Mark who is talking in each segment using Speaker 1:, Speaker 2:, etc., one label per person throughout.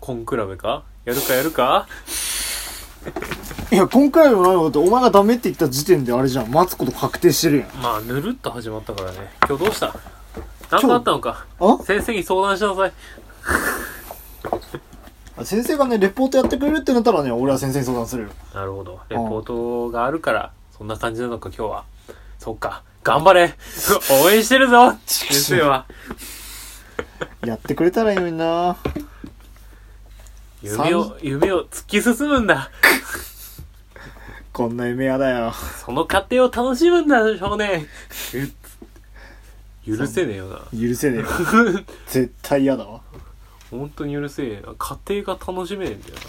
Speaker 1: コンクラブかやるかやるか
Speaker 2: いや、今回もなんかだって、お前がダメって言った時点であれじゃん。待つこと確定してるやん。
Speaker 1: まあぬるっと始まったからね今日どうした何かあったのか
Speaker 2: あ
Speaker 1: 先生に相談しなさい
Speaker 2: あ先生がね、レポートやってくれるってなったらね、俺は先生に相談するよ。
Speaker 1: なるほどレポートがあるからそんな感じなのか今日はそっか頑張れ応援してるぞ先生は
Speaker 2: やってくれたらいいのにな
Speaker 1: 夢を夢を突き進むんだ
Speaker 2: こんな夢やだよ。
Speaker 1: その過程を楽しむんだ少年許せねえよな
Speaker 2: 許せ ねえよ。絶対嫌だわ。
Speaker 1: 本当に許せねえな家庭が楽しめねえんだよな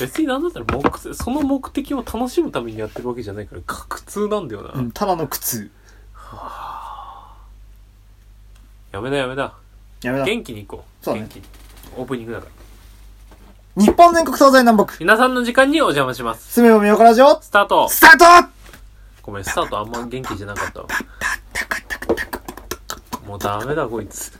Speaker 1: 別になんだったら目その目的を楽しむためにやってるわけじゃないから苦痛なんだよな、
Speaker 2: うん、ただの苦痛。
Speaker 1: やめだやめだ
Speaker 2: やめな。
Speaker 1: 元気に行こう
Speaker 2: そうね
Speaker 1: 元気にオープニングだから
Speaker 2: 日本全国東西南北、
Speaker 1: 皆さんの時間にお邪魔します
Speaker 2: すべもみよこラジオ、
Speaker 1: スタート
Speaker 2: スタート
Speaker 1: ごめんスタートあんま元気じゃなかったわもうダメだこいつ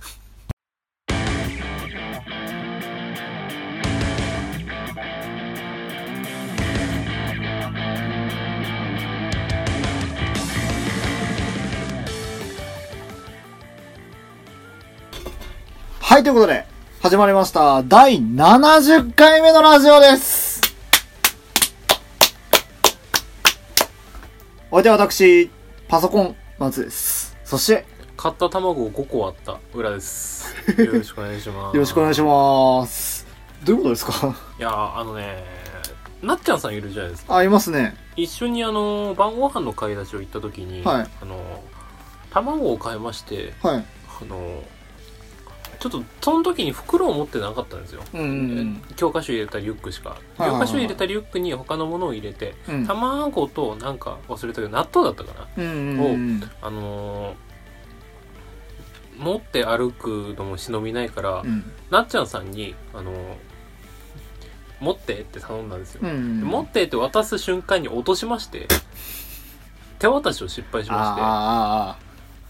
Speaker 2: はい、ということで、始まりました。第70回目のラジオです。お相手は私、パソコン、松です。そして、
Speaker 1: 買った卵を5個割った裏ですよろしくお願いします
Speaker 2: よろしくお願いします。どういうことですか
Speaker 1: いやーあのねなっちゃんさんいるじゃないですか
Speaker 2: あ、いますね。
Speaker 1: 一緒にあの晩ご飯の買い出しを行った時に、
Speaker 2: はい
Speaker 1: あの卵を買いまして
Speaker 2: はい。
Speaker 1: あのちょっとその時に袋を持ってなかったんですよ、
Speaker 2: うんうん
Speaker 1: 教科書入れたリュックしか、
Speaker 2: いはいは
Speaker 1: 教
Speaker 2: い
Speaker 1: 科書入れたリュックに他のものを入れて、
Speaker 2: うん。うん。
Speaker 1: 卵となんか忘れたけど納豆だったかな
Speaker 2: うんうん
Speaker 1: あのー持って歩くのも忍びないから、
Speaker 2: うん。うん。
Speaker 1: なっちゃんさんに、あのー持ってって頼んだんですよ、
Speaker 2: うんうん
Speaker 1: 持ってって渡す瞬間に落としまして手渡しを失敗しま
Speaker 2: あーあ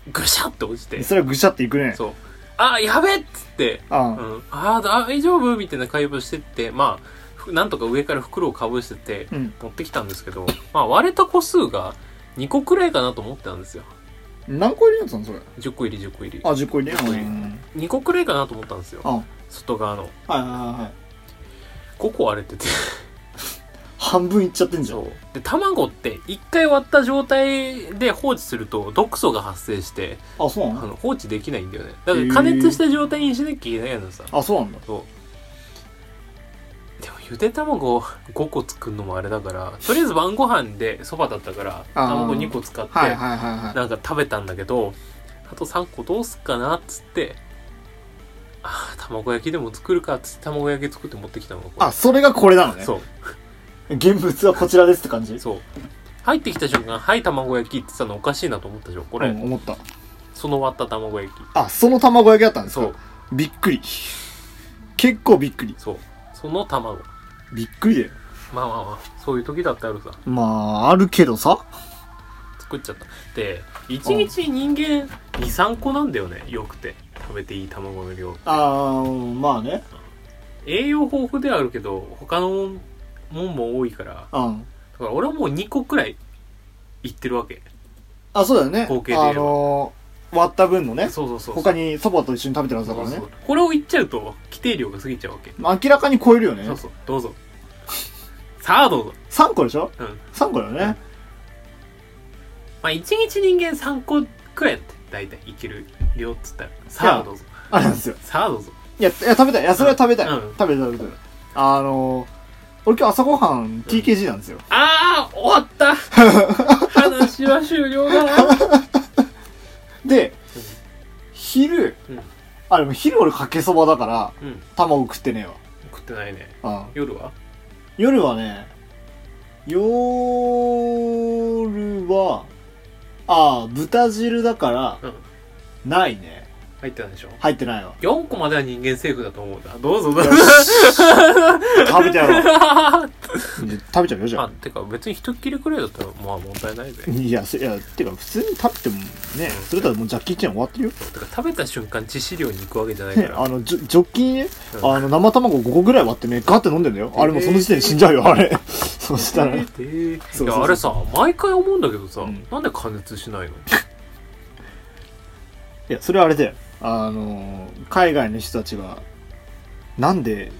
Speaker 1: してぐしゃって落ち
Speaker 2: ーあ
Speaker 1: て
Speaker 2: ー。それはぐしゃっていくね。
Speaker 1: そうあやべっつって、
Speaker 2: あ
Speaker 1: う
Speaker 2: ー
Speaker 1: ん、あー大丈夫みたいな会話してってまあふなんとか上から袋をかぶせて
Speaker 2: うん。
Speaker 1: 持ってきたんですけど、まあ、割れた個数が2個くらいかなと思ってたんですよ
Speaker 2: 何個入れやつなのそれ。
Speaker 1: 10個入り10個入り
Speaker 2: あ、10個入れ
Speaker 1: 10個入れ
Speaker 2: うん。
Speaker 1: 2個くらいかなと思ったんですよ
Speaker 2: あ、はい
Speaker 1: 外側の
Speaker 2: はいはいはい。
Speaker 1: 5個割れ てて
Speaker 2: 半分いっちゃってんじゃん。
Speaker 1: そうで卵って1回割った状態で放置すると毒素が発生して
Speaker 2: あ、そう
Speaker 1: あ
Speaker 2: なの
Speaker 1: の放置できないんだよねだか
Speaker 2: へ
Speaker 1: ら
Speaker 2: ー
Speaker 1: 加熱した状態にしなきゃいけないのさ
Speaker 2: あ、そうなんだ。
Speaker 1: そうでもゆで卵5個作るのもあれだからとりあえず晩ご飯でそばだったから
Speaker 2: あー
Speaker 1: 卵2個使って
Speaker 2: はいはいはいはい。
Speaker 1: なんか食べたんだけどあと3個どうすっかなっつってあー卵焼きでも作るかっつって卵焼き作って持ってきたのがこれ
Speaker 2: あ、それがこれなのね。
Speaker 1: そう
Speaker 2: 現物はこちらですって感じ
Speaker 1: そう。入ってきた瞬間、はい、卵焼きって言ってたのおかしいなと思ったでしょ、これ。
Speaker 2: うん、思った。
Speaker 1: その割った卵焼き。
Speaker 2: あ、その卵焼きだったんですか
Speaker 1: そう、
Speaker 2: びっくり。結構びっくり。
Speaker 1: そう。その卵。
Speaker 2: びっくりだよ。
Speaker 1: まあまあまあ、そういう時だってあるさ。
Speaker 2: まあ、あるけどさ。
Speaker 1: 作っちゃった。で、1日人間2、3個なんだよね、よくて。食べていい卵の量。
Speaker 2: あー、まあね。
Speaker 1: 栄養豊富ではあるけど、他のもんもんも多いから。
Speaker 2: うん。
Speaker 1: だから俺はもう2個くらいいってるわけ。
Speaker 2: あ、そうだよね。
Speaker 1: 合計で言えば
Speaker 2: あのー、割った分のね、
Speaker 1: そうそうそう。
Speaker 2: 他に蕎麦と一緒に食べてるはず
Speaker 1: そ
Speaker 2: だか
Speaker 1: う
Speaker 2: ら
Speaker 1: そ
Speaker 2: ね
Speaker 1: う。これをいっちゃうと、規定量が過ぎちゃうわけ。
Speaker 2: 明らかに超えるよね
Speaker 1: そう。そう。どうぞ。さあどうぞ。
Speaker 2: 3個でしょ
Speaker 1: うん。
Speaker 2: ?3 個だよね。
Speaker 1: まあ、1日人間3個くらいやって大体いける量っつったらさあどうぞ
Speaker 2: あれなんですよ。
Speaker 1: さあどうぞ
Speaker 2: いや、いや食べたい。いや、それは食べたい。
Speaker 1: うん
Speaker 2: 食べたい、食べたい。あのー、俺今日朝ごはん TKG なんですよ。
Speaker 1: ああ終わった 話は終了だなう
Speaker 2: で
Speaker 1: ん、
Speaker 2: 昼、
Speaker 1: うん
Speaker 2: あ、でも昼俺かけそばだから、
Speaker 1: うん
Speaker 2: 卵食ってね
Speaker 1: 食ってないね
Speaker 2: えわ。うん。
Speaker 1: 夜は
Speaker 2: 夜はね、夜は、ああ、豚汁だから、
Speaker 1: うん
Speaker 2: ないね。
Speaker 1: 入ってないでしょ。
Speaker 2: 入ってないわ
Speaker 1: 4個までは人間セーフだと思うなどうぞどうぞ
Speaker 2: よし食べてやろう。で食べちゃうよじゃ
Speaker 1: あ
Speaker 2: あ
Speaker 1: てか別に一っきりくらいだったらまあ問題ない ぜ
Speaker 2: いやそいやてか普通に食べてもねそれだったらもうジャッキーチェーン終わってるよ
Speaker 1: てか食べた瞬間致死量に行くわけじゃないか
Speaker 2: ね、
Speaker 1: ら
Speaker 2: あのジョジョッキにね、
Speaker 1: うん
Speaker 2: あの生卵5個ぐらい割ってねガーって飲んでんだよあれもうその時点で死んじゃうよあれ そしたら
Speaker 1: えー
Speaker 2: そうそうそう
Speaker 1: いやあれさ毎回思うんだけどさ、
Speaker 2: うん
Speaker 1: なんで加熱しないの
Speaker 2: いや、それはあれだよ。あのー、海外の人たちが、なんで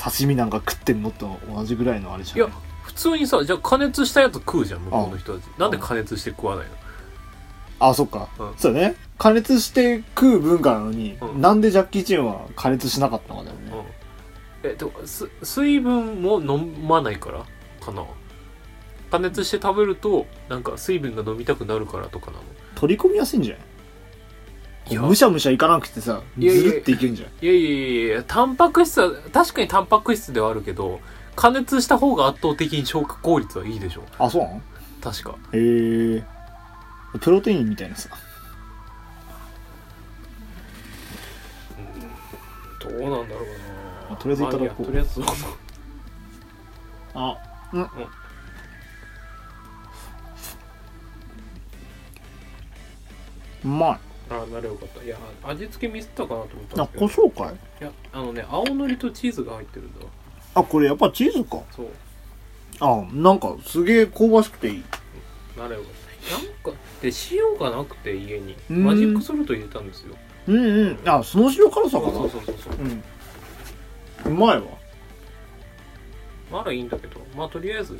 Speaker 2: 刺身なんか食ってんのと同じぐらいのあれじゃん。
Speaker 1: いや普通にさじゃあ加熱したやつ食うじゃん向こうの人たちなんで加熱して食わないの
Speaker 2: あ、そっか。
Speaker 1: うん
Speaker 2: そうだね。加熱して食う文化なのに、
Speaker 1: うん
Speaker 2: なんでジャッキー・チェンは加熱しなかったのかだよね。
Speaker 1: えっとす水分も飲まないからかな加熱して食べるとなんか水分が飲みたくなるからとかなの
Speaker 2: 取り込みやすいんじゃ
Speaker 1: いや
Speaker 2: ないむしゃむしゃいかなくてさ、
Speaker 1: いやい
Speaker 2: ず
Speaker 1: や
Speaker 2: るっていけんじゃん。
Speaker 1: いやいやいやいやタンパク質は確かにタンパク質ではあるけど加熱した方が圧倒的に消化効率はいいでしょ
Speaker 2: あ、そうなの
Speaker 1: 確か
Speaker 2: へえ。プロテインみたいなさ。
Speaker 1: どうなんだろう
Speaker 2: まあとりあえずいただこう
Speaker 1: まあやとりあえずどうぞ
Speaker 2: あ、うん。うまい。
Speaker 1: あなれよかったいや味付けミスったかなと思ったん
Speaker 2: あ、
Speaker 1: だけど
Speaker 2: 胡椒かい
Speaker 1: いやあのね青のりとチーズが入ってるんだわ
Speaker 2: あ、これやっぱチーズか。
Speaker 1: そう
Speaker 2: あ、なんかすげえ香ばしくていい。
Speaker 1: なれよかったなんかで塩がなくて家に
Speaker 2: うん
Speaker 1: マジックソルト入れたんですよ
Speaker 2: うんうん。あ、その塩辛さ
Speaker 1: そう
Speaker 2: かな。
Speaker 1: そうそうそうそう
Speaker 2: うん。うまいわ。
Speaker 1: まだいいんだけどまあとりあえず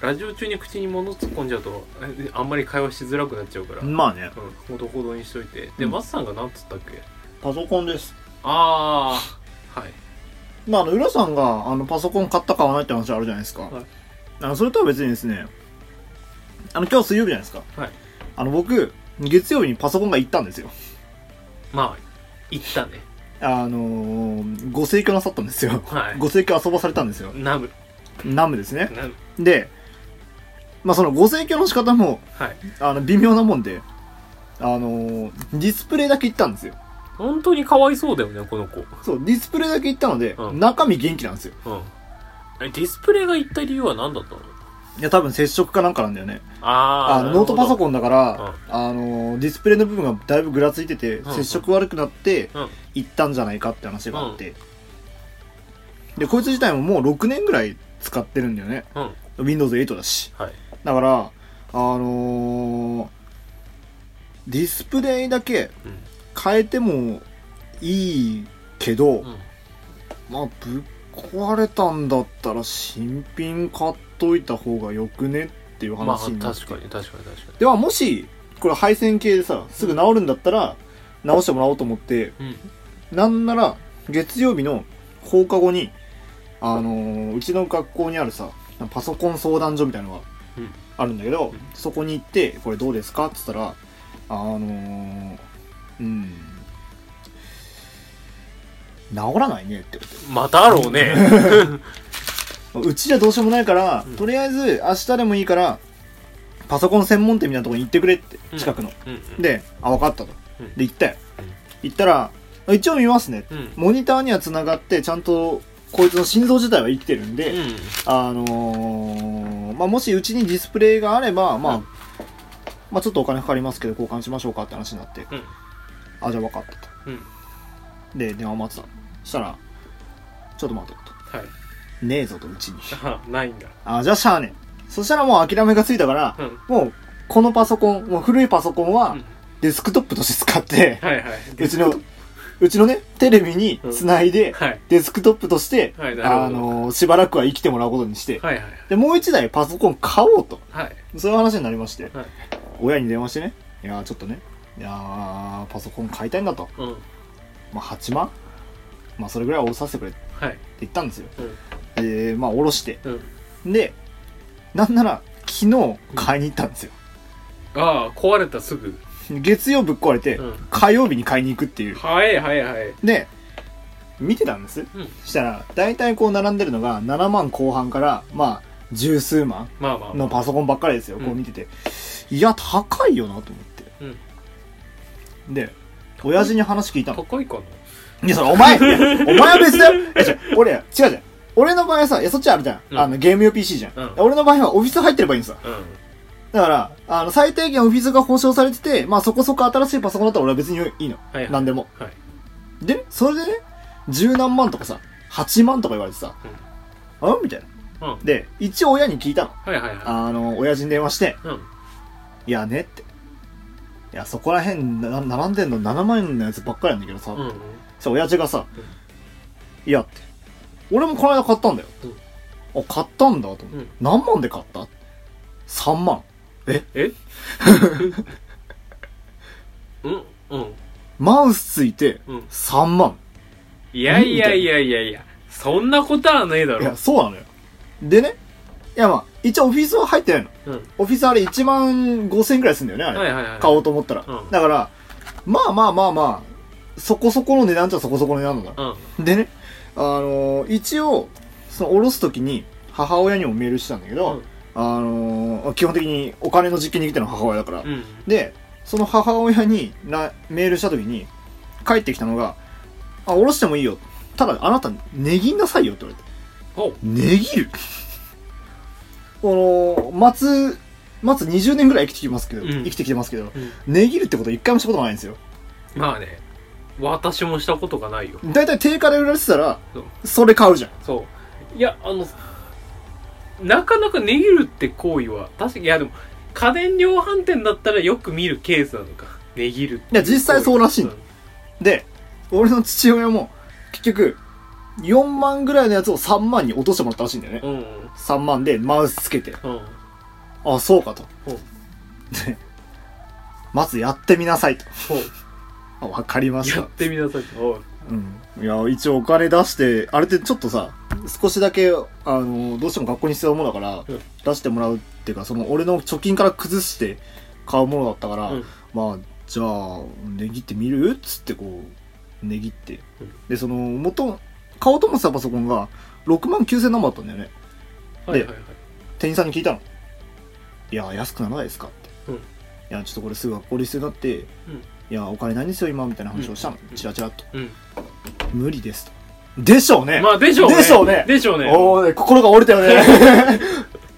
Speaker 1: ラジオ中に口に物突っ込んじゃうとえあんまり会話しづらくなっちゃうから、うん、
Speaker 2: まあね。
Speaker 1: ほどほどにしといてで
Speaker 2: うん
Speaker 1: 松さんが何つったっけ
Speaker 2: パソコンです。
Speaker 1: ああはい
Speaker 2: まあ、あの、浦さんが、あの、パソコン買った買わないって話あるじゃないですか。
Speaker 1: はい
Speaker 2: あの、それとは別にですね、あの、今日水曜日じゃないですか。
Speaker 1: はい
Speaker 2: あの、僕、月曜日にパソコンが行ったんですよ。
Speaker 1: まあ行ったね
Speaker 2: あのー、ご請求なさったんですよ。
Speaker 1: はい
Speaker 2: ご請求遊ばされたんですよ。
Speaker 1: ナム
Speaker 2: ナムですね。
Speaker 1: ナム
Speaker 2: で、まあ、そのご請求の仕方も、
Speaker 1: はい
Speaker 2: あの、微妙なもんで、あのーディスプレイだけ行ったんですよ。
Speaker 1: 本当にかわいそうだよねこの子うん
Speaker 2: そう、ディスプレイだけ行ったので、
Speaker 1: うん
Speaker 2: 中身元気なんですよ。
Speaker 1: えディスプレイが行った理由は何だったの
Speaker 2: いや、多分接触かなんかなんだよね。
Speaker 1: あー
Speaker 2: あの、ノートパソコンだから、
Speaker 1: う
Speaker 2: あのーディスプレイの部分がだいぶぐらついてて、
Speaker 1: うん
Speaker 2: 接触悪くなって
Speaker 1: うん、
Speaker 2: 行ったんじゃないかって話があって。で、こいつ自体ももう6年ぐらい使ってるんだよね。
Speaker 1: うん
Speaker 2: Windows 8だし。
Speaker 1: はい
Speaker 2: だから、あのーディスプレイだけ変えてもいいけど、
Speaker 1: うん、うん、
Speaker 2: まあぶっ壊れたんだったら新品買っといた方がよくねっていう
Speaker 1: まあ確
Speaker 2: 話に
Speaker 1: か
Speaker 2: な
Speaker 1: に
Speaker 2: って、
Speaker 1: 確かに確かに
Speaker 2: ではもしこれ配線系でさすぐ治るんだったら直してもらおうと思って
Speaker 1: うん
Speaker 2: なんなら月曜日の放課後にあのーうちの学校にあるさパソコン相談所みたいなのが
Speaker 1: うん
Speaker 2: あるんだけど、
Speaker 1: ん
Speaker 2: そこに行って「これどうですか?」っつったらあのーうん治らないねって言われて
Speaker 1: またろうね
Speaker 2: うちじゃどうしようもないから、
Speaker 1: うん
Speaker 2: とりあえず明日でもいいから、パソコン専門店みたいなとこに行ってくれって
Speaker 1: う、ん
Speaker 2: 近くの。
Speaker 1: うんうん
Speaker 2: で、あ、分かったと
Speaker 1: うん。
Speaker 2: で、行ったよ
Speaker 1: うん。
Speaker 2: 行ったら、あ一応見ますね。
Speaker 1: うん
Speaker 2: モニターには繋がって、ちゃんと、こいつの心臓自体は生きてるんで、
Speaker 1: うん
Speaker 2: あのー、まあ、もしうちにディスプレイがあれば、ま
Speaker 1: う
Speaker 2: あ
Speaker 1: ん、
Speaker 2: まあ、ちょっとお金かかりますけど、交換しましょうかって話になって、
Speaker 1: うん
Speaker 2: あ、じゃあ分かったと。
Speaker 1: うん
Speaker 2: で、電話待ってた。そしたら、ちょっと待ってと。
Speaker 1: はい
Speaker 2: ねえぞと、うちに。
Speaker 1: あないんだ
Speaker 2: あ、じゃあしゃあねえ。そしたらもう諦めがついたから、
Speaker 1: うん
Speaker 2: もう、このパソコン、もう古いパソコンは
Speaker 1: うん、
Speaker 2: デスクトップとして使って、
Speaker 1: はいはいう
Speaker 2: ちの、うちのね、テレビにつないで、
Speaker 1: はい
Speaker 2: デスクトップとして、
Speaker 1: はいなるほど
Speaker 2: あのーしばらくは生きてもらうことにして、
Speaker 1: はいはい
Speaker 2: で、もう一台パソコン買おうと。
Speaker 1: はい
Speaker 2: そういう話になりまして、
Speaker 1: はい
Speaker 2: 親に電話してね、いやーちょっとね、いやーパソコン買いたいんだと。
Speaker 1: うん
Speaker 2: まあ、8万まあ、それぐらいは下ろさせてくれって
Speaker 1: はい
Speaker 2: 言ったんですよ。
Speaker 1: うん
Speaker 2: えー、まあ、下ろして。
Speaker 1: うん
Speaker 2: で、なんなら、昨日買いに行ったんですよ。
Speaker 1: ああ壊れたすぐ
Speaker 2: 月曜ぶっ壊れて、
Speaker 1: うん
Speaker 2: 火曜日に買いに行くっていう。
Speaker 1: はいはいはい
Speaker 2: で、見てたんです。
Speaker 1: うん
Speaker 2: したら、大体こう並んでるのが7万後半から、まあ、十数万
Speaker 1: まあまあま
Speaker 2: の
Speaker 1: あ
Speaker 2: パソコンばっかりですよ。
Speaker 1: うん
Speaker 2: こう見てて。いや、高いよなと思って。で、親父に話聞いたの。
Speaker 1: 高いかない
Speaker 2: や、それお前お前は別だよいや違う俺、違うじゃん。俺の場合はさ、いや、そっちあるじゃん。
Speaker 1: うん
Speaker 2: あの、ゲーム用 PC じゃん,、
Speaker 1: うん
Speaker 2: 俺の場合はオフィス入ってればいいんですよ。
Speaker 1: うん
Speaker 2: だから、あの、最低限オフィスが保証されてて、まあそこそこ新しいパソコンだったら俺は別にいいの。
Speaker 1: はいはい
Speaker 2: 何でも。
Speaker 1: はい
Speaker 2: で、それでね、十何万とかさ、八万とか言われてさ、あみたいな。
Speaker 1: うん
Speaker 2: で、一応親に聞いたの。
Speaker 1: はいはいは
Speaker 2: あの、親父に電話して、
Speaker 1: いうん
Speaker 2: いやねって。いや、そこら辺な、並んでんの7万円のやつばっかりなんだけどさ、
Speaker 1: うんうん
Speaker 2: さ、親父がさ
Speaker 1: うん、
Speaker 2: いやって。俺もこの間買ったんだよ。あ、買ったんだと思って。
Speaker 1: うん
Speaker 2: 何万で買った ?3 万。
Speaker 1: えうんうん
Speaker 2: マウスついて
Speaker 1: うん
Speaker 2: 3万。
Speaker 1: いやいやいやいやいやそんなことはないだ
Speaker 2: い
Speaker 1: ろ
Speaker 2: や、そうなのよ。でね、いやまあ、一応オフィスは入ってないの。
Speaker 1: うん
Speaker 2: オフィスあれ1万5千円くらいするんだよね、あれ。
Speaker 1: はいはいはい
Speaker 2: 買おうと思ったら。
Speaker 1: うん
Speaker 2: だから、まあまあまあまあ、そこそこの値段っちゃそこそこの値段なんだ。
Speaker 1: うん
Speaker 2: でね、あのー一応、その、おろすときに、母親にもメールしたんだけ
Speaker 1: う
Speaker 2: ど、
Speaker 1: ん
Speaker 2: あのー基本的にお金の実験に来てるのは母親だか
Speaker 1: う
Speaker 2: ら。
Speaker 1: ん
Speaker 2: で、その母親になメールしたときに、帰ってきたのが、あ、おろしてもいいよ。ただ、あなた、値切んなさいよって言
Speaker 1: お
Speaker 2: われて。
Speaker 1: う
Speaker 2: 値切る この、松、松20年ぐらい生きてきてますけど、
Speaker 1: うん
Speaker 2: 生きてきてますけど、
Speaker 1: うん
Speaker 2: 値切るってこと一回もしたことがないんですよ。
Speaker 1: まあね私もしたことがないよ
Speaker 2: だいたい定価で売られてたら
Speaker 1: そう、
Speaker 2: それ買うじゃん。
Speaker 1: そういやあのなかなか値切るって行為は確かにいやでも家電量販店だったらよく見るケースなのか値切る
Speaker 2: いや、実際そうらしいの。で、俺の父親も、結局、4万ぐらいのやつを3万に落としてもらったらしいんだよね。
Speaker 1: うんうん
Speaker 2: 3万でマウスつけて、
Speaker 1: うん
Speaker 2: あ、そうかと。
Speaker 1: ほう
Speaker 2: で、まずやってみなさいと。
Speaker 1: ほう
Speaker 2: あわかりまし
Speaker 1: や
Speaker 2: た
Speaker 1: っ。てみなさいおう
Speaker 2: うん。いや、一応お金出して、あれってちょっとさ、少しだけ、あの、どうしても学校に必要なものだから、
Speaker 1: うん
Speaker 2: 出してもらうっていうか、その、俺の貯金から崩して買うものだったから、
Speaker 1: うん
Speaker 2: まあ、じゃあ、値切ってみるっつってこう、値切って
Speaker 1: うん。
Speaker 2: で、その、元、買おうと思ってたパソコンが、6万9000何本だったんだよね。
Speaker 1: はいはいはい
Speaker 2: 店員さんに聞いたの。いや、安くならないですかって。
Speaker 1: うん
Speaker 2: いや、ちょっとこれすぐ学校で必要になって、
Speaker 1: うん
Speaker 2: いや、お金ないんですよ、今、みたいな話をしたの
Speaker 1: う。ん
Speaker 2: チラチラっと。
Speaker 1: うん
Speaker 2: 無理ですと。でしょうね、
Speaker 1: まあでしょうね
Speaker 2: でしょうね
Speaker 1: でしょうね
Speaker 2: おお、ね、心が折れたよね。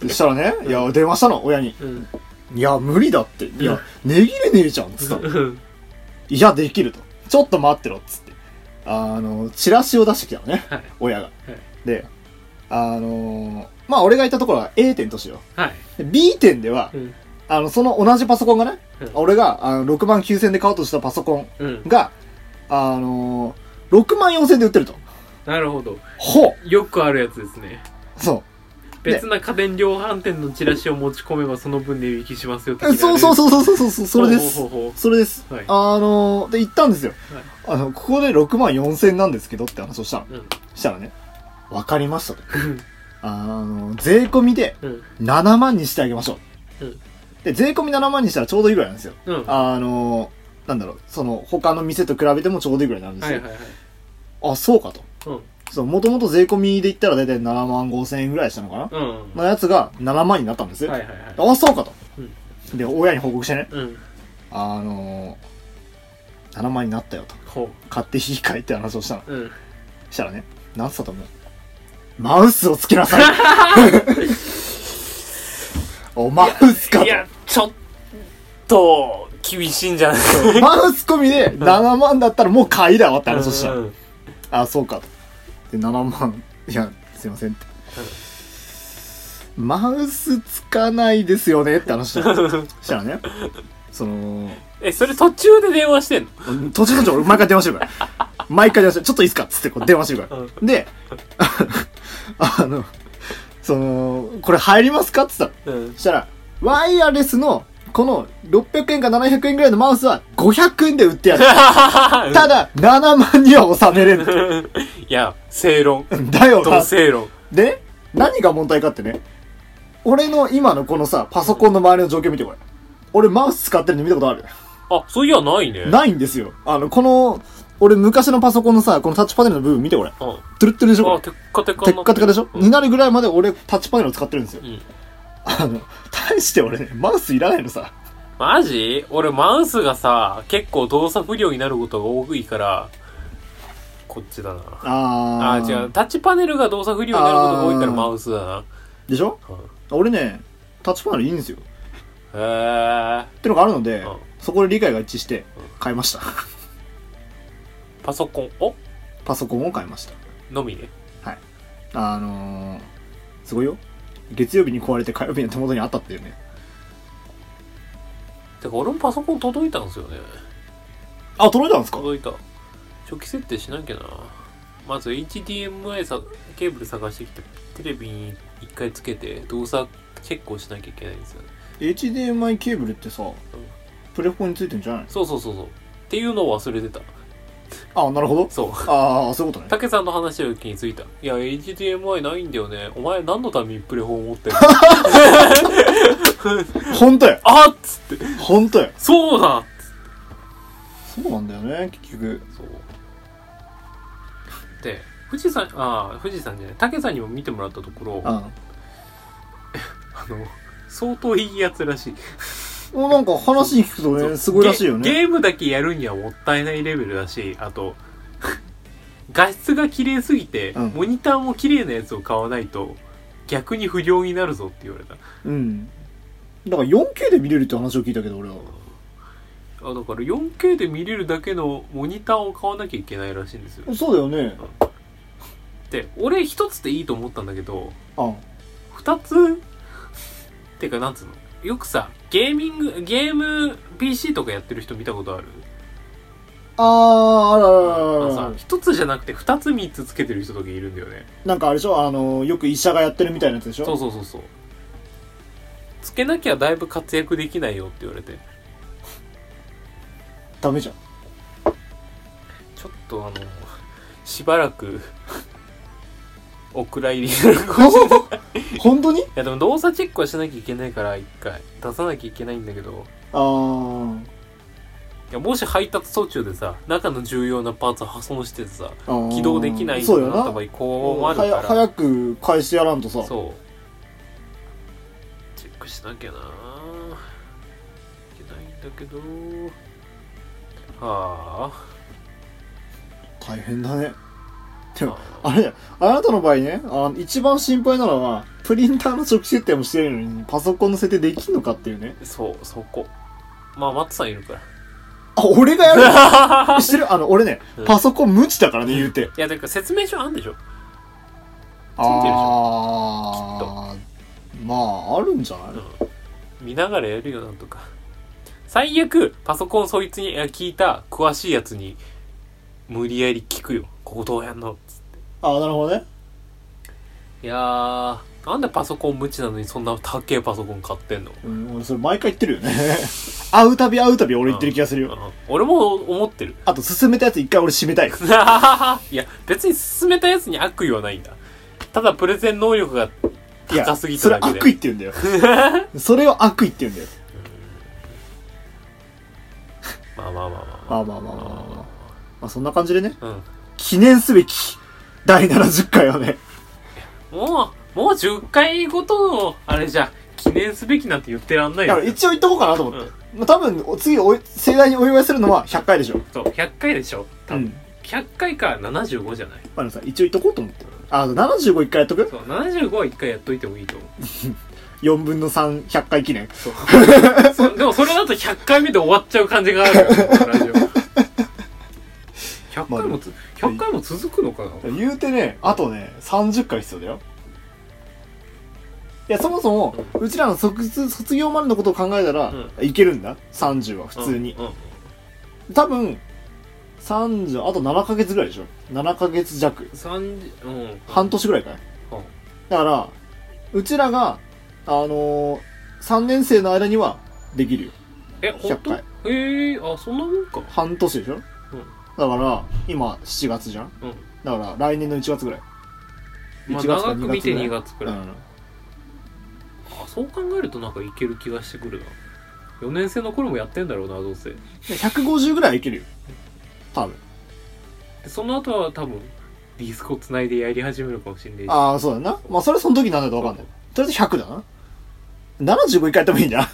Speaker 2: そしたらね、いや、電話したの、親に。
Speaker 1: うん
Speaker 2: いや、無理だって。いや、値切れねえじゃん、つったの。
Speaker 1: うん
Speaker 2: いや、できると。ちょっと待ってろ、っつって。あの、チラシを出してきたのね、
Speaker 1: はい
Speaker 2: 親が。
Speaker 1: はい
Speaker 2: で、あのまあ、俺がいたところは A 店としよ
Speaker 1: はい、
Speaker 2: う。で B 店では
Speaker 1: う、ん
Speaker 2: あの、その同じパソコンがね、
Speaker 1: うん
Speaker 2: 俺があの6万9000で買おうとしたパソコン
Speaker 1: うん、
Speaker 2: が、あの6万4000で売ってると。
Speaker 1: なるほど
Speaker 2: ほう
Speaker 1: よくあるやつですね
Speaker 2: そう。
Speaker 1: 別な家電量販店のチラシを持ち込めばその分値引きしますよ的なね
Speaker 2: そうそうそうそうそうそうそう、それです
Speaker 1: ほう。ほうほうほ
Speaker 2: それです。
Speaker 1: はい
Speaker 2: あので、行ったんですよ。あの、ここで6万4千なんですけどって話をしたの。
Speaker 1: ううん
Speaker 2: したらね、わかりましたと。あの、税込みで
Speaker 1: うん
Speaker 2: 7万にしてあげましょう。
Speaker 1: うん
Speaker 2: で、税込み7万にしたらちょうどいいぐらいなんですよ。
Speaker 1: うんは
Speaker 2: あのなんだろう、その、他の店と比べてもちょうどいいぐらいになるん
Speaker 1: い
Speaker 2: です
Speaker 1: は
Speaker 2: よ。
Speaker 1: いはい
Speaker 2: あ、そうかと。
Speaker 1: うん
Speaker 2: そう、もともと税込みで言ったら大体7万5千円ぐらいしたのかな、
Speaker 1: うん
Speaker 2: のやつが7万になったんですよ。
Speaker 1: はいはいはい
Speaker 2: あ、そうかと。で、親に報告してね。
Speaker 1: うん
Speaker 2: あのー、7万になったよと。
Speaker 1: ほ
Speaker 2: 買って引き換えって話をしたの。
Speaker 1: ううん
Speaker 2: したらね、なんつったと思うマウスをつ けなさいお、マウスか
Speaker 1: いやちょっと厳しいんじゃない
Speaker 2: と。マウス込みで7万だったらもう買いだわって話をしたの。
Speaker 1: うん
Speaker 2: あ、そうかと。で、7万、いや、すいませんって。マウスつかないですよねって話したの。したらね、その、
Speaker 1: えそれ途中で電話してんの
Speaker 2: 途中途中俺毎回電話してるから。毎回電話してる。ちょっといいっすかっつってこう電話してるから。で、あの、その、これ入りますかって言ったの。
Speaker 1: うん
Speaker 2: そしたら、ワイヤレスの、この600円か700円ぐらいのマウスは500円で売って やる。 ただ、7万には収めれる。
Speaker 1: いや正論
Speaker 2: だよ
Speaker 1: ど
Speaker 2: な。
Speaker 1: 正論
Speaker 2: で、何が問題かってね、俺の今のこのさ、パソコンの周りの状況見てこれ。俺マウス使ってるの見たことある
Speaker 1: あそういやないね
Speaker 2: ないんですよ。あの、この、俺昔のパソコンのさ、このタッチパネルの部分見てこれ。
Speaker 1: うんあ
Speaker 2: トゥルットゥルでしょこれ
Speaker 1: テッカテカ
Speaker 2: テッカテカでしょ、
Speaker 1: うん
Speaker 2: になるぐらいまで俺タッチパネルを使ってるんですよ
Speaker 1: う。ん
Speaker 2: あの、大して俺ね、マウスいらないのさ。
Speaker 1: マジ俺マウスがさ結構動作不良になることが多いからこっちだなあ
Speaker 2: あ
Speaker 1: ー
Speaker 2: ー
Speaker 1: 違うタッチパネルが動作不良になることが多いからマウスだな
Speaker 2: でしょ俺ねタッチパネルいいんですよっ
Speaker 1: うんへえ
Speaker 2: てのがあるので、
Speaker 1: うん
Speaker 2: そこで理解が一致し
Speaker 1: う
Speaker 2: て
Speaker 1: ん
Speaker 2: 買いました
Speaker 1: パソコンお
Speaker 2: パソコンを買いました
Speaker 1: のみね
Speaker 2: あのー、すごいよ月曜日に壊れて火曜日に手元にあったっていうね
Speaker 1: てか俺もパソコン届いたんですよね
Speaker 2: あ届いたんですか
Speaker 1: 届いた初期設定しなきゃなまず HDMI さケーブル探してきてテレビに一回つけて動作チェックをしなきゃいけないんですよね
Speaker 2: HDMI ケーブルってさプレフォンについてんじゃないの
Speaker 1: そうそうそうそうっていうのを忘れてた
Speaker 2: あなるほど
Speaker 1: そう
Speaker 2: ああそういうことね
Speaker 1: たけさんの話を気についたいや HDMI ないんだよねお前何のためにプレフォン持 ってるの
Speaker 2: 本当や
Speaker 1: あっつって
Speaker 2: 本当や
Speaker 1: そうだっつっ
Speaker 2: そうなんだよね結局
Speaker 1: てそうで富士山ああ富士山じゃないたけさんにも見てもらったところあ
Speaker 2: あ
Speaker 1: の相当いいやつらしい
Speaker 2: もうなんか話に聞くとねすごいらしいよ
Speaker 1: ゲ
Speaker 2: ね
Speaker 1: ゲームだけやるにはもったいないレベルだしあと 画質が綺麗すぎて、
Speaker 2: うん
Speaker 1: モニターも綺麗なやつを買わないと逆に不良になるぞって言われた
Speaker 2: うんだから 4K で見れるって話を聞いたけど俺は
Speaker 1: あだから 4K で見れるだけのモニターを買わなきゃいけないらしいんですよ
Speaker 2: そうだよね
Speaker 1: で俺一つでいいと思ったんだけど
Speaker 2: あ
Speaker 1: 二つ てかなんつうのよくさゲーミングゲーム PC とかやってる人見たことある
Speaker 2: あーあら
Speaker 1: あ
Speaker 2: ら
Speaker 1: の
Speaker 2: らら
Speaker 1: さ一つじゃなくて二つ三つつけてる人とかいるんだよね
Speaker 2: なんかあれでしょあのよく医者がやってるみたいなやつでしょ
Speaker 1: そうそうそうそうつけなきゃだいぶ活躍できないよって言われて
Speaker 2: ダメじ ゃん
Speaker 1: ちょっとあのしばらく お蔵入りになるかもしれないい
Speaker 2: 本当に
Speaker 1: やでも動作チェックはしなきゃいけないから一回出さなきゃいけないんだけど
Speaker 2: あー
Speaker 1: いやもし配達途中でさ中の重要なパーツ破損しててさ
Speaker 2: あー
Speaker 1: 起動できない
Speaker 2: そう
Speaker 1: と
Speaker 2: よ
Speaker 1: なった
Speaker 2: な
Speaker 1: 場合困るか
Speaker 2: はや
Speaker 1: ら
Speaker 2: 早く返してやらんとさ
Speaker 1: そうチェックしなきゃなぁいけないんだけどはあ
Speaker 2: 大変だねでも
Speaker 1: あ
Speaker 2: あれあなたの場合ねあの一番心配なのはプリンターの初期設定もしてるのにパソコンの設定できんのかっていうね
Speaker 1: そうそこまあマッツさんいるから
Speaker 2: あ 俺がやるしてるあの俺ね
Speaker 1: うん
Speaker 2: パソコン無知だからね言うて
Speaker 1: いやだから説明書あんでしょ
Speaker 2: ああまああるんじゃない、
Speaker 1: 見ながらやるよなんとか最悪パソコンそいつにいや聞いた詳しいやつに無理やり聞くよここどうやんの
Speaker 2: ああなるほどね
Speaker 1: いやーなんでパソコン無知なのにそんな高えパソコン買ってんの
Speaker 2: うん、俺それ毎回言ってるよね 会うたび会うたび俺言ってる気がするよ、
Speaker 1: うん俺も思ってる
Speaker 2: あと進めたやつ一回俺締めたい
Speaker 1: いや別に勧めたやつに悪意はないんだただプレゼン能力が
Speaker 2: いや
Speaker 1: 高すぎただけで
Speaker 2: それ悪意って言うんだよ それを悪意って言うんだよ
Speaker 1: まあまあまあまあま
Speaker 2: まあまあまあまあまあ、まあ、まあそんな感じでね
Speaker 1: あうん
Speaker 2: 記念すべき第70回はね
Speaker 1: もう、もう10回ごとの、あれじゃ、記念すべきなんて言ってらんない
Speaker 2: だか
Speaker 1: よ
Speaker 2: ら。一応言っとこうかなと思って、まあ、多分お次おい盛大にお祝いするのは100回でしょ
Speaker 1: そう、100回でしょ。多
Speaker 2: うん
Speaker 1: 分100回か75じゃない。
Speaker 2: まあでもさ一応言っとこうと思ってあの75一回やっとく
Speaker 1: そう、75は1回やっといてもいいと思う。
Speaker 2: 4分の3100回記念
Speaker 1: そう そ。でもそれだと100回目で終わっちゃう感じがあるよ、ラジオ。100回もつ、100回も続くのかな
Speaker 2: 言うてねあとね30回必要だよいやそもそもうちらの卒卒業までのことを考えたら、
Speaker 1: う
Speaker 2: いけるんだ30は普通に、
Speaker 1: うんうん
Speaker 2: 多分30あと7ヶ月ぐらいでしょ7ヶ月弱
Speaker 1: 30、うん。
Speaker 2: 半年ぐらいかい
Speaker 1: うん。
Speaker 2: だからうちらがあのー、3年生の間にはできるよ
Speaker 1: え、ほんと
Speaker 2: 100
Speaker 1: ええあ、そんなもんか。
Speaker 2: 半年でしょ、だから今7月じゃん
Speaker 1: うん。
Speaker 2: だから来年の1月ぐらい
Speaker 1: まあ、
Speaker 2: 1月か
Speaker 1: 長く見て2
Speaker 2: 2
Speaker 1: 月くらい。
Speaker 2: うん
Speaker 1: あそう考えるとなんかいける気がしてくるな4年生の頃もやってんだろうなどうせで
Speaker 2: 150ぐらいはいけるよ多分
Speaker 1: その後は多分ディスコつないでやり始めるかもしれないし
Speaker 2: ああそうだなまあそれはその時なんだと分かんないとりあえず100だな75回やってもいいんじゃん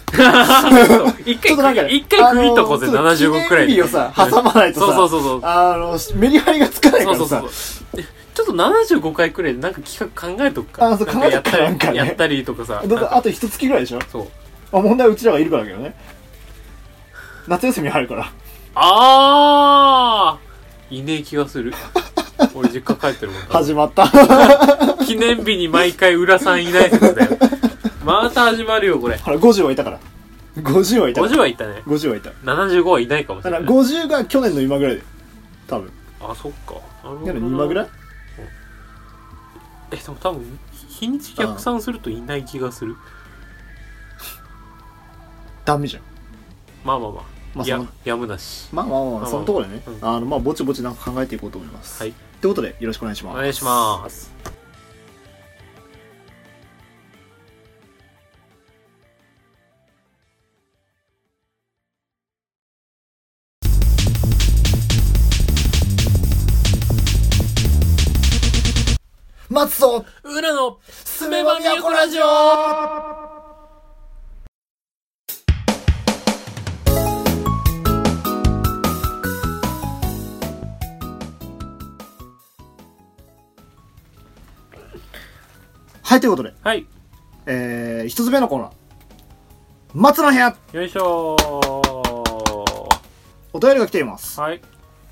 Speaker 1: 一
Speaker 2: ちょっとなんかね、
Speaker 1: 回、一回区切っとこうぜ、
Speaker 2: あのちょっ
Speaker 1: 75くらい
Speaker 2: 記念日
Speaker 1: で。
Speaker 2: をさ、挟まないとさ、
Speaker 1: そうそうそうそう。
Speaker 2: あの、メリハリがつかないか
Speaker 1: そう
Speaker 2: らさ、
Speaker 1: そうそうそう。ちょっと75回くらいでなんか企画考えとくか。
Speaker 2: あそう
Speaker 1: なんかやったり
Speaker 2: 考えとくかなんかね
Speaker 1: やったりとかさ。
Speaker 2: だってあと一月ぐらいでしょ
Speaker 1: そう。
Speaker 2: まあ問題はうちらがいるからだけどね。夏休み入るから。
Speaker 1: あーいねえ気がする。 俺実家帰ってるもんな。
Speaker 2: 始まった。
Speaker 1: 記念日に毎回浦さんいない説 だよ。また始まるよ、これ。
Speaker 2: ほら、50はいたから。50はいたから。
Speaker 1: 50はいったね。
Speaker 2: 50はいた。
Speaker 1: 75はいないかもし
Speaker 2: だか
Speaker 1: れな
Speaker 2: ら
Speaker 1: い。
Speaker 2: 50が去年の今ぐらいで。多分。
Speaker 1: あ、そっか。なるほ
Speaker 2: 去
Speaker 1: どな
Speaker 2: 年の今ぐらい
Speaker 1: え、でも多分、日にち逆算するといない気がする。
Speaker 2: ダメじゃん。
Speaker 1: まあまあまあ。
Speaker 2: まあそ
Speaker 1: や
Speaker 2: の、
Speaker 1: やむなし。
Speaker 2: まあまあまあ
Speaker 1: まあ
Speaker 2: そのところでね
Speaker 1: う。ん
Speaker 2: あの、まあぼちぼちなんか考えていこうと思います。
Speaker 1: はい
Speaker 2: ということで、よろしくお願いし
Speaker 1: お
Speaker 2: ます。
Speaker 1: 願いします。
Speaker 2: 松戸
Speaker 1: 裏のすめば
Speaker 2: ば
Speaker 1: み
Speaker 2: み
Speaker 1: や
Speaker 2: や
Speaker 1: こ
Speaker 2: こ
Speaker 1: ラ
Speaker 2: ラ
Speaker 1: ジ
Speaker 2: ジ
Speaker 1: オ
Speaker 2: オはい、ということで、
Speaker 1: はい
Speaker 2: えー、一つ目のコーナー。松の部屋
Speaker 1: よいしょー
Speaker 2: お便りが来ています。
Speaker 1: はい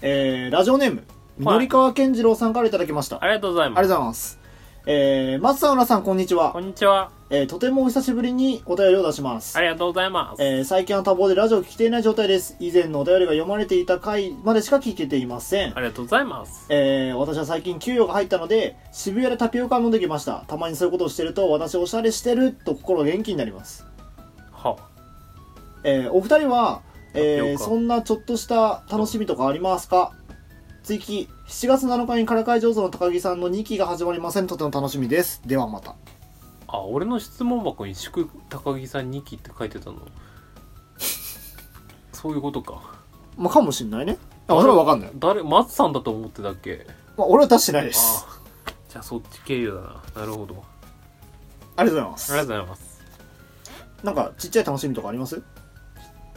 Speaker 2: えー、ラジオネーム、緑川健次郎さんからいただきました。
Speaker 1: ありがとうござい
Speaker 2: あ
Speaker 1: ま
Speaker 2: り
Speaker 1: す
Speaker 2: がとうございます。えー、松さん、浦さん、こんにち
Speaker 1: こ
Speaker 2: は。
Speaker 1: んにちは
Speaker 2: えー、とてもお久しぶりにお便りを出します
Speaker 1: あ。りがとうございます
Speaker 2: えー、最近は多忙でラジオを聞いていない状態です。以前のお便りが読まれていた回までしか聞けていません
Speaker 1: あ。りがとうございます
Speaker 2: えー、私は最近給与が入ったので、渋谷でタピオカを飲んできました。たまにそういうことをしてると、私おしゃれしてると心が元気になります。
Speaker 1: は
Speaker 2: えーお二人は、
Speaker 1: タピ
Speaker 2: え
Speaker 1: オ
Speaker 2: ー
Speaker 1: カ
Speaker 2: そんなちょっとした楽しみとかありますか追記7月7日にからかい上手の高木さんの2期が始まりませんとても楽しみですではまた
Speaker 1: あ俺の質問箱に「祝高木さん2期」って書いてたの そういうことか
Speaker 2: まあかもしんないねあそれは分かんない、
Speaker 1: 誰松さんだと思ってたっけ
Speaker 2: まあ、俺は出してない
Speaker 1: あ
Speaker 2: です
Speaker 1: あじゃあそっち経由だななるほど
Speaker 2: ありがとうご
Speaker 1: あ
Speaker 2: ざ
Speaker 1: り
Speaker 2: い
Speaker 1: がとうござい
Speaker 2: ま
Speaker 1: ます
Speaker 2: すなんかちっちゃい楽しみとかあります
Speaker 1: ちっ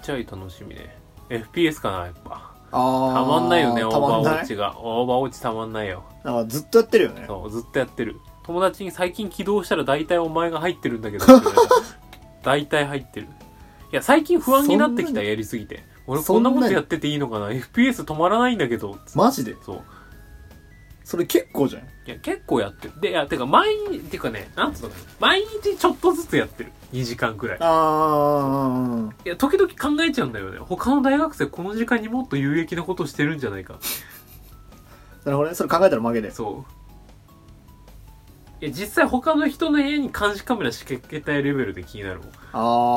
Speaker 1: ちゃい楽しみね FPS かなやっぱ
Speaker 2: あー
Speaker 1: たまんないよねオ
Speaker 2: た
Speaker 1: ーバ
Speaker 2: まん
Speaker 1: ーウォ
Speaker 2: な
Speaker 1: ッ
Speaker 2: い
Speaker 1: チがオーバーウォッチたまんないよ
Speaker 2: なんかずっとやってるよね
Speaker 1: そう、ずっとやってる。友達に最近起動したら大体お前が入ってるんだけ どって言われた。大体入ってる。いや、最近不安になってき
Speaker 2: そんな
Speaker 1: た、やりすぎて。俺
Speaker 2: そ
Speaker 1: こん
Speaker 2: んな
Speaker 1: な
Speaker 2: に
Speaker 1: ことやってていいのかな ?FPS 止まらないんだけど。
Speaker 2: マジで
Speaker 1: そう。
Speaker 2: それ結構じゃん
Speaker 1: いや、結構やってる。で、いや、てか毎日、てかね、なんつうのかな毎日ちょっとずつやってる。2時間くらい。
Speaker 2: あー
Speaker 1: いや、時々考えちゃうんだよね。他の大学生この時間にもっと有益なことしてるんじゃないか。
Speaker 2: なるほどねそれ考えたら負けで
Speaker 1: そう。いや、実際他の人の部屋に監視カメラ仕掛けたいレベルで気になるもん。
Speaker 2: あ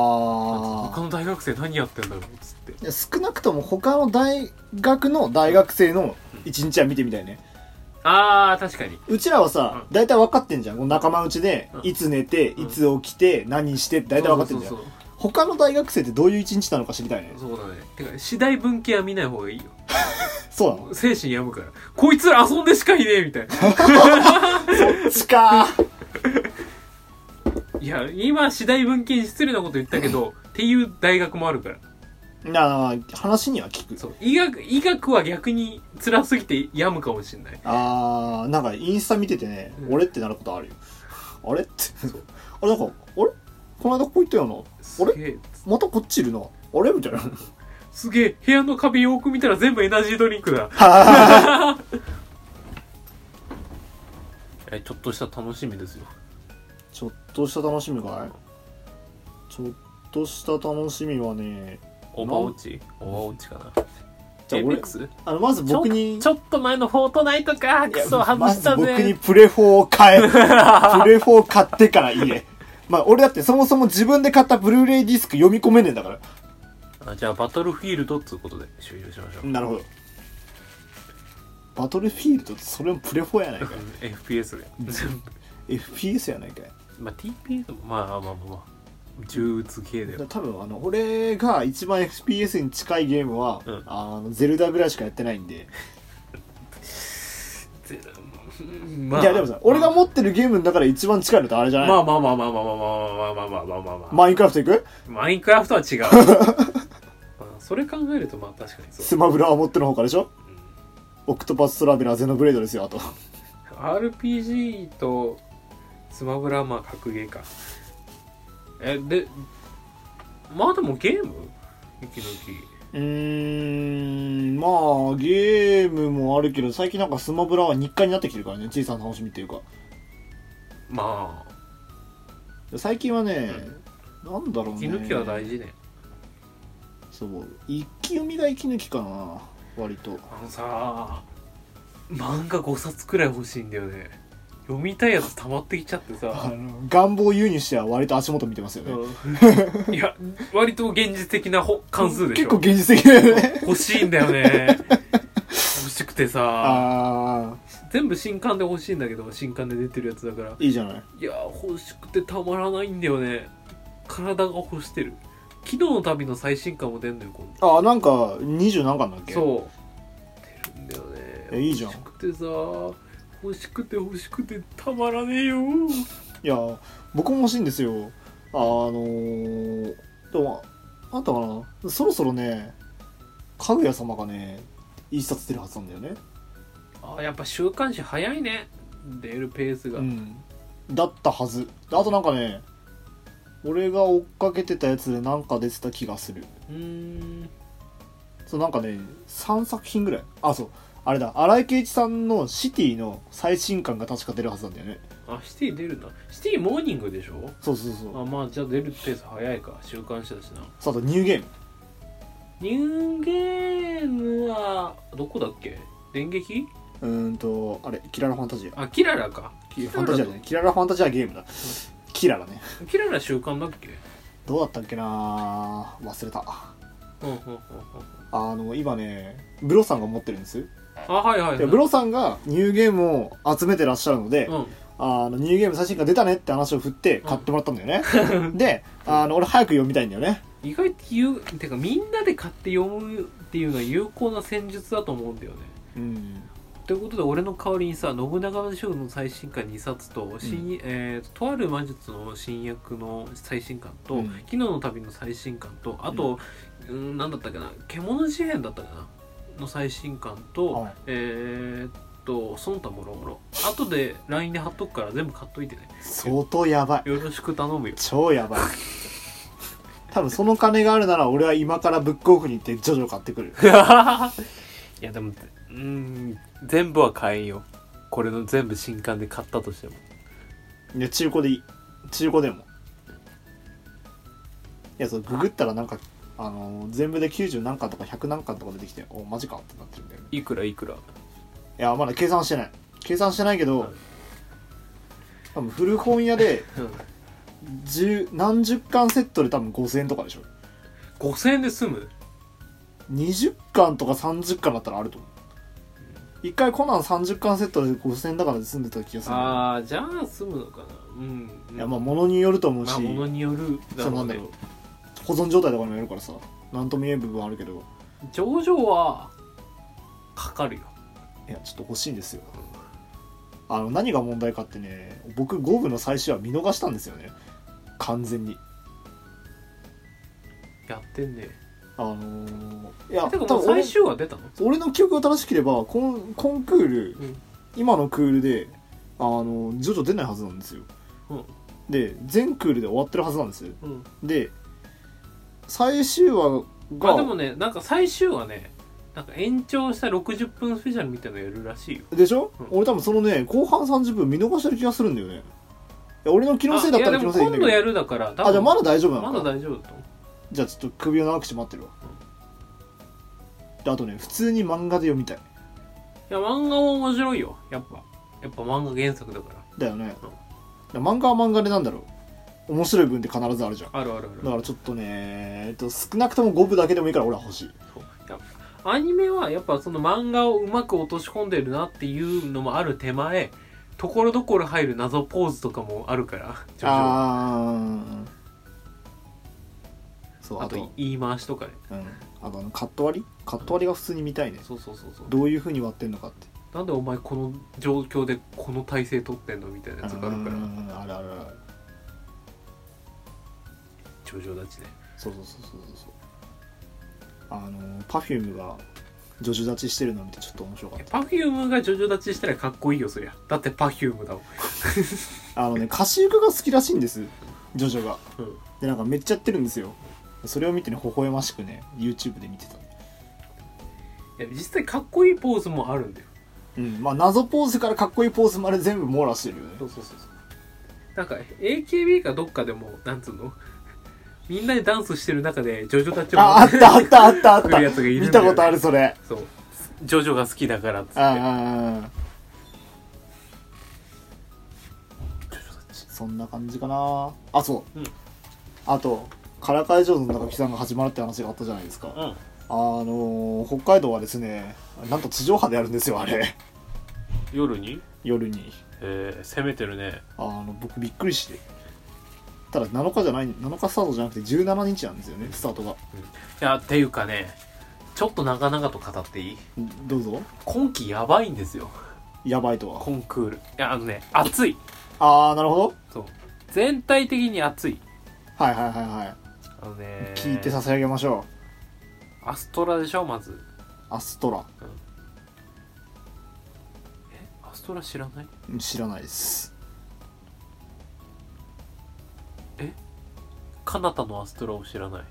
Speaker 1: 他
Speaker 2: あ
Speaker 1: の大学生何やってんだろうっつって
Speaker 2: 少なくとも他の大学の大学生の一日は見てみたいね
Speaker 1: ああ確かに
Speaker 2: うちらはさ、
Speaker 1: う
Speaker 2: 大体分かってんじゃん。この仲間内で
Speaker 1: う、ん
Speaker 2: いつ寝て、
Speaker 1: うん
Speaker 2: いつ起きて、何してって大体分かってんじゃ
Speaker 1: そ
Speaker 2: ん
Speaker 1: う。
Speaker 2: 他の大学生ってどういう一日なのか知りたいね。
Speaker 1: そうそうそうだねてか次第分岐は見ない方がいいよ
Speaker 2: そうなの
Speaker 1: 精神病むからこいつら遊んでしかいねえみたいな
Speaker 2: ちか ー
Speaker 1: いや今次第分岐に失礼なこと言ったけ どっていう大学もあるから
Speaker 2: なあ、話には聞く。
Speaker 1: そう医学医学は逆に辛すぎて病むかもしれない
Speaker 2: あー、なんかインスタ見ててね、
Speaker 1: うん
Speaker 2: 俺ってなることあるよ。あれって。あれなんか、あれこの間ここ行ったよな。
Speaker 1: すげえ
Speaker 2: またこっちいるな。あれみたいな。
Speaker 1: すげえ部屋の壁よく見たら全部エナジードリンクだ
Speaker 2: は
Speaker 1: えちょっとした楽しみですよ
Speaker 2: ーちょっとした楽しみかいちょっとした楽しみはね、
Speaker 1: オーバーウォッチオーバーウォッチかな
Speaker 2: じ
Speaker 1: エ
Speaker 2: ゃあ
Speaker 1: イペ
Speaker 2: 俺
Speaker 1: ックス
Speaker 2: あの、まず僕に
Speaker 1: ち。ょっと前のフォートナイトかクソ外した
Speaker 2: まず僕に
Speaker 1: ぜ
Speaker 2: プレフォーを買え。プレフォー買ってから家。まあ俺だってそもそも自分で買ったブルーレイディスク読み込めねえんだから。
Speaker 1: あじゃあバトルフィールドっつうことで終了しましょう、
Speaker 2: なるほど。バトルフィールドってそれもプレフォーやないかい。
Speaker 1: FPS で
Speaker 2: FPS やないかい。
Speaker 1: まあ TPS もまあまあまあまあ銃撃つ系だ
Speaker 2: だから
Speaker 1: よ
Speaker 2: 多分あの、俺が一番 FPS に近いゲームは、
Speaker 1: うん
Speaker 2: あの、ゼルダぐらいしかやってないんで、
Speaker 1: ゼまあ
Speaker 2: いやでもさ、俺が持ってるゲームの中で一番近いのってあれじゃない、
Speaker 1: まあまあまあまあまあまあまあまあまあまあまあまあまあ
Speaker 2: マインクラフト行く
Speaker 1: マインクラフトは 違うまあそれ考えるとまあ確かに
Speaker 2: ス
Speaker 1: そう
Speaker 2: マブラは持ってのほかでしょ
Speaker 1: うん
Speaker 2: オクトパストラベラーゼノブレードですよ、あと。
Speaker 1: RPG とスマブラまあ格ゲーかえでまあでもゲーム息抜き
Speaker 2: うーん、まあ、ゲームもあるけど、最近なんかスマブラは日課になってきてるからね、小さな楽しみっていうか。
Speaker 1: まあ
Speaker 2: 最近はね、なんだろう
Speaker 1: 息
Speaker 2: ね。
Speaker 1: 抜きは大事ね
Speaker 2: そう。一気読みが息抜きかな、割と。
Speaker 1: あのさ漫画5冊くらい欲しいんだよね読みたいやつ溜まってきちゃって
Speaker 2: あ
Speaker 1: さ、
Speaker 2: の願望を言うにしては割と足元見てますよね。
Speaker 1: うん いや割と現実的なほ関数でし
Speaker 2: 結
Speaker 1: ょ
Speaker 2: 構現実的だよね。
Speaker 1: 欲しいんだよね欲しくてさ
Speaker 2: あ
Speaker 1: 全部新刊で欲しいんだけど新刊で出てるやつだから
Speaker 2: あ、いいじゃない。
Speaker 1: いやー欲しくてたまらないんだよね体が欲してる昨日の旅の最新刊も出んのよ今
Speaker 2: ああ、なんか、二十何巻だっ
Speaker 1: 度
Speaker 2: けう。
Speaker 1: そう出るんだよね
Speaker 2: えいいじゃん
Speaker 1: 欲しくてさ欲しくて欲しくてたまらねえよ
Speaker 2: いや、僕も欲しいんですよ。あのー、でも、あったかなそろそろね、かぐや様がね、一冊出るはずなんだよね。
Speaker 1: あーやっぱ週刊誌早いね出るペースが、
Speaker 2: うん。だったはず。あとなんかね、俺が追っかけてたやつでなんか出てた気がする。
Speaker 1: うーん
Speaker 2: そうなんかね3作品ぐらいあそうあれだ荒井圭一さんの「シティ」の最新刊が確か出るはずなんだよね
Speaker 1: あシティ出るんだシティモーニングでしょ
Speaker 2: そうそうそう
Speaker 1: あまあじゃあ出るペース早いか週刊誌だしな
Speaker 2: そうあとニューゲーム
Speaker 1: ニューゲームはどこだっけ電撃
Speaker 2: うーんとあれキララファンタジア
Speaker 1: あキララか
Speaker 2: キファンタジアじゃないキララファンタジアゲームだキララね
Speaker 1: キララ習慣だっけ
Speaker 2: どうだったっけな忘れた
Speaker 1: うんうんうんうん
Speaker 2: あの今ねブロさんが持ってるんです
Speaker 1: あはいはい、は
Speaker 2: で
Speaker 1: い、
Speaker 2: ブロさんがニューゲームを集めてらっしゃるので、
Speaker 1: うん
Speaker 2: あのニューゲーム最新刊出たねって話を振って買ってもらったんだよね、であの俺早く読みたいんだよね
Speaker 1: 意外と言うてかみんなで買って読むっていうのは有効な戦術だと思うんだよね
Speaker 2: うん
Speaker 1: ということで俺の代わりにさ信長の将軍の最新刊2冊と新、えーとある魔術の新薬の最新刊と、
Speaker 2: うん
Speaker 1: 昨日の旅の最新刊とあと、うん、なんだったっけな獣事変だったかなの最新刊と、
Speaker 2: はい
Speaker 1: えーっとその他もろもろ後で LINE で貼っとくから全部買っといてね
Speaker 2: 相当やばい
Speaker 1: よろしく頼 むよ
Speaker 2: 超やばい多分その金があるなら俺は今からブックオフに行ってジョジョ買ってくる
Speaker 1: いやでもうん全部は買えんよこれの全部新刊で買ったとしても
Speaker 2: いや中古でいい中古でもいやそうググったらなんかあのー全部で90何巻とか100何巻とか出てきておマジかってなってるんだよね
Speaker 1: いくらいくら
Speaker 2: いやまだ計算してない計算してないけど、
Speaker 1: はい
Speaker 2: 多分古本屋で
Speaker 1: うん
Speaker 2: 10何十巻セットで多分5000円とかでしょ
Speaker 1: 5000円で済む
Speaker 2: 20巻とか30巻だったらあると思う一回コナン30巻セットで5000円だからで済んでた気がするんだよね
Speaker 1: ああじゃあ済むのかなうん
Speaker 2: いやまあ物によると思うし、
Speaker 1: まあ物によるだ
Speaker 2: そう
Speaker 1: ろ
Speaker 2: な
Speaker 1: うんけ
Speaker 2: だ
Speaker 1: ど
Speaker 2: よ保存状態とかにもよるからさなんとも言えん部分はあるけど
Speaker 1: 上場はかかるよ
Speaker 2: いやちょっと欲しいんですよあの何が問題かってね僕5部の最終話見逃したんですよね完全に
Speaker 1: やってんね
Speaker 2: あのー、いや
Speaker 1: て
Speaker 2: 多
Speaker 1: かもう
Speaker 2: 分俺
Speaker 1: 最終話出たの
Speaker 2: 俺の記憶が正しければコンコンクール
Speaker 1: うん
Speaker 2: 今のクールであの徐々出ないはずなんですよ
Speaker 1: うん
Speaker 2: で全クールで終わってるはずなんですよ
Speaker 1: うん
Speaker 2: で最終話
Speaker 1: あで
Speaker 2: が
Speaker 1: もねなんか最終話ねなんか延長した60分スペシャルみたいなのやるらしいよ
Speaker 2: でしょ、
Speaker 1: うん
Speaker 2: 俺多分そのね後半30分見逃してる気がするんだよねいや俺の気のせいだ
Speaker 1: あ
Speaker 2: っ
Speaker 1: い
Speaker 2: た
Speaker 1: やで
Speaker 2: ら気
Speaker 1: も
Speaker 2: のせいでいいん
Speaker 1: 今
Speaker 2: だ
Speaker 1: 度
Speaker 2: けど
Speaker 1: やるだから多分
Speaker 2: あじゃあまだ大丈夫な
Speaker 1: ま
Speaker 2: のか
Speaker 1: だ大丈夫だと思う
Speaker 2: じゃあちょっと首を長くして待ってるわであとね普通に漫画で読みたい
Speaker 1: いや漫画も面白いよやっぱやっぱ漫画原作だから
Speaker 2: だよね
Speaker 1: うん
Speaker 2: だ漫画は漫画でなんだろう面白い文って必ずあるじゃん
Speaker 1: あるあるあ
Speaker 2: だ
Speaker 1: る
Speaker 2: からちょっとねえっと少なくとも5部だけでもいいから俺は欲しい
Speaker 1: そうやっぱアニメはやっぱその漫画をうまく落とし込んでるなっていうのもある手前ところどころ入る謎ポーズとかもあるから徐々に
Speaker 2: あーそう
Speaker 1: あ
Speaker 2: あと
Speaker 1: と言い回しとかね
Speaker 2: うん、あとあのカット割りカット割りが普通に見たいね
Speaker 1: そうそうそうそう
Speaker 2: どういうふうに割ってんのかって
Speaker 1: だなんでお前この状況でこの体勢取ってんのみたいなやつがあるから
Speaker 2: うんあるあるある
Speaker 1: 頂上立ちね
Speaker 2: そうそうそうそうそうあのパフュームがジョジョ立ちしてるの見てちょっと面 白かっ
Speaker 1: パフュームが上々立ちしたらかっこいいよそりゃだってパフュームだもん
Speaker 2: たあのね歌詞床が好きらしいんですジョジョが
Speaker 1: うん
Speaker 2: でなんかめっちゃやってるんですよそれを見てね微笑ましくね YouTube で見てた
Speaker 1: いや実際かっこいいポーズもあるんだよ
Speaker 2: うんまあ謎ポーズからかっこいいポーズまで全部網羅してるよね
Speaker 1: そうそうそうそうなんか AKB かどっかでもなんつうの みんなでダンスしてる中でジョジョ立ちを
Speaker 2: ああったあったあった あっ
Speaker 1: 来
Speaker 2: た
Speaker 1: るやつがいるんだよ
Speaker 2: 見たことあるそれ
Speaker 1: そうジョジョが好きだからっつって
Speaker 2: ああああそんな感じかなあそう、
Speaker 1: うん
Speaker 2: あとからかい上手の高木さんが始まるって話があったじゃないですか、あ
Speaker 1: うん
Speaker 2: のー北海道はですねなんと地上波でやるんですよあれ
Speaker 1: 夜に
Speaker 2: 夜に
Speaker 1: えー、攻めてるね
Speaker 2: あの僕びっくりしてただ7日じゃない7日スタートじゃなくて17日なんですよねスタートが
Speaker 1: いやっていうかねちょっと長々と語っていい
Speaker 2: どうぞ
Speaker 1: 今季やばいんですよ
Speaker 2: やばいとは
Speaker 1: コンクールいやあのね暑い
Speaker 2: ああなるほど
Speaker 1: そう全体的に暑い
Speaker 2: はいはいはいはい
Speaker 1: あのね
Speaker 2: 聞いて差し上げましょ
Speaker 1: アストラでしょまず
Speaker 2: うアストラ
Speaker 1: えアストラ知らない
Speaker 2: うん知らないです
Speaker 1: カナタのアストラを知らない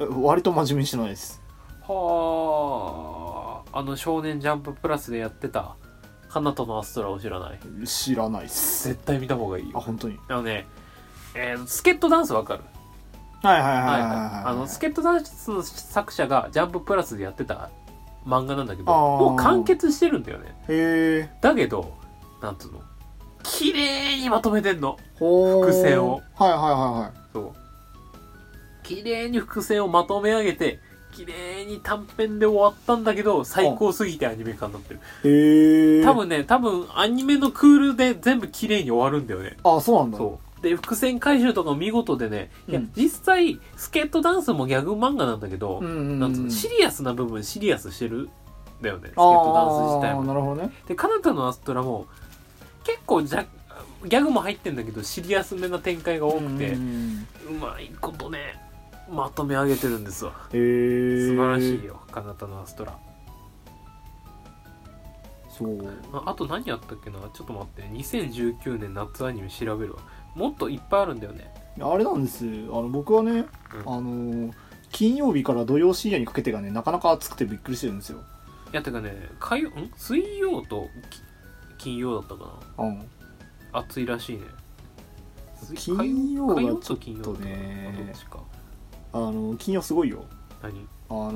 Speaker 2: え割と真面目にしてないです
Speaker 1: はああの少年ジャンププラスでやってたカナタのアストラを知らない
Speaker 2: 知らないです
Speaker 1: 絶対見た方がいい
Speaker 2: あ
Speaker 1: よ
Speaker 2: 本当に
Speaker 1: あのねえー、スケットダンスわかる
Speaker 2: はいはいはいは
Speaker 1: はいい
Speaker 2: は
Speaker 1: はいい、あのスケットダンスの作者がジャンププラスでやってた漫画なんだけど
Speaker 2: あー
Speaker 1: もう完結してるんだよね
Speaker 2: へえ
Speaker 1: だけどなんつうの綺麗にまとめてんの
Speaker 2: ほー
Speaker 1: 伏線を
Speaker 2: はいはいは
Speaker 1: そう綺麗に伏線をまとめ上げて綺麗に短編で終わったんだけど最高すぎてアニメ化になってる
Speaker 2: いはいへえ
Speaker 1: 多分ね多分アニメのクールで全部綺麗に終わるんだよね
Speaker 2: あそうなんだ
Speaker 1: そうで伏線回収とかも見事でね、いや
Speaker 2: うん
Speaker 1: 実際スケートダンスもギャグ漫画なんだけど、
Speaker 2: うんうん
Speaker 1: な
Speaker 2: うん
Speaker 1: つうんのシリアスな部分シリアスしてるんだよねスケー
Speaker 2: あ
Speaker 1: トダンス自体
Speaker 2: ー
Speaker 1: も
Speaker 2: なるほどね
Speaker 1: でカナダのアストラも結構じゃギャグも入ってんだけどシリアスめな展開が多くて、う
Speaker 2: うん
Speaker 1: まいことねまとめ上げてるんですわ
Speaker 2: へえ
Speaker 1: 素晴らしいよカナダのアストラ
Speaker 2: そう
Speaker 1: ああと何やったっけなちょっと待って2019年夏アニメ調べるわもっといっぱいあるんだよね
Speaker 2: あれなんですあの僕はねあのー金曜日から土曜深夜にかけてがねなかなか暑くてびっくりしてるんですよ
Speaker 1: いやてかね火曜ん水曜とき金曜だったか
Speaker 2: うん
Speaker 1: な暑いらしいね水
Speaker 2: 金曜
Speaker 1: 火曜
Speaker 2: がち
Speaker 1: と
Speaker 2: ょっ
Speaker 1: 金曜
Speaker 2: と
Speaker 1: と
Speaker 2: ね
Speaker 1: どっちか
Speaker 2: あの金曜すごいよ
Speaker 1: 何
Speaker 2: あの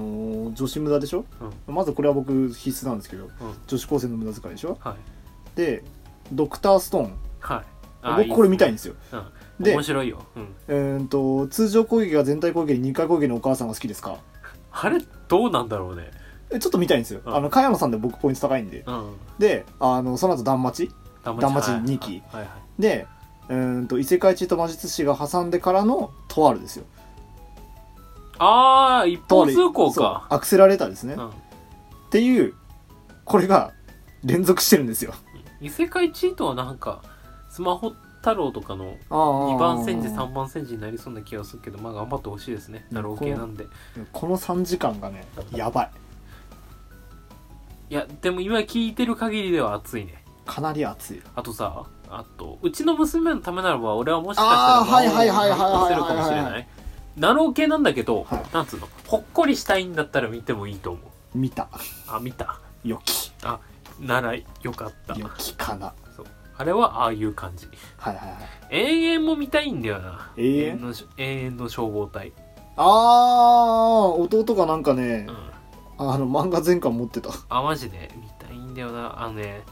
Speaker 2: ー女子無駄でしょ、まずこれは僕必須なんですけど女子高生の無駄遣いでしょ
Speaker 1: はい
Speaker 2: でドクターストーン
Speaker 1: はいあ
Speaker 2: 僕これ見たいんですよ
Speaker 1: うん、
Speaker 2: で
Speaker 1: 面白いよ、うん、
Speaker 2: うーんと通常攻撃が全体攻撃で2回攻撃のお母さんが好きですか
Speaker 1: あれどうなんだろうね
Speaker 2: えちょっと見たいんですよ、
Speaker 1: うん
Speaker 2: あの茅野さんで僕ポイント高いんで
Speaker 1: うん
Speaker 2: であのその後断末
Speaker 1: ダ
Speaker 2: ダンマチ二期
Speaker 1: はいはい
Speaker 2: でうーんと異世界地と魔術師が挟んでからのとあるですよ
Speaker 1: ああ一
Speaker 2: とあ
Speaker 1: 方
Speaker 2: る
Speaker 1: 通行
Speaker 2: そ
Speaker 1: か
Speaker 2: うアクセラレーターですね、
Speaker 1: う、
Speaker 2: っ
Speaker 1: ん、
Speaker 2: ていうこれが連続してるんですよ
Speaker 1: 異世界チートはなんかスマホ太郎とかの
Speaker 2: 2
Speaker 1: 2番戦時3番戦時になりそうな気がするけどまあ頑張ってほしいですね太郎系なんで
Speaker 2: この3時間がねやばい
Speaker 1: いやでも今聞いてる限りでは熱いね
Speaker 2: かなり熱い
Speaker 1: あとさあとうちの娘のためならば俺はもしかしたら
Speaker 2: あーはいはいはいはいはい
Speaker 1: 魔王を追い越せるかもしれ
Speaker 2: はい
Speaker 1: ないナロー系なんだけど、
Speaker 2: はい
Speaker 1: なんつうのほっこりしたいんだったら見てもいいと思う
Speaker 2: 見た
Speaker 1: あ見た
Speaker 2: 良き
Speaker 1: ならよかった
Speaker 2: 良きかな
Speaker 1: そうあれはああいう感じ
Speaker 2: はいはいはい
Speaker 1: 永遠も見たいんだよな
Speaker 2: 永遠
Speaker 1: のし永遠の消防隊、
Speaker 2: あー弟がなんかね
Speaker 1: うん、
Speaker 2: あの漫画全巻持ってた
Speaker 1: あマジで見たいんだよなあのね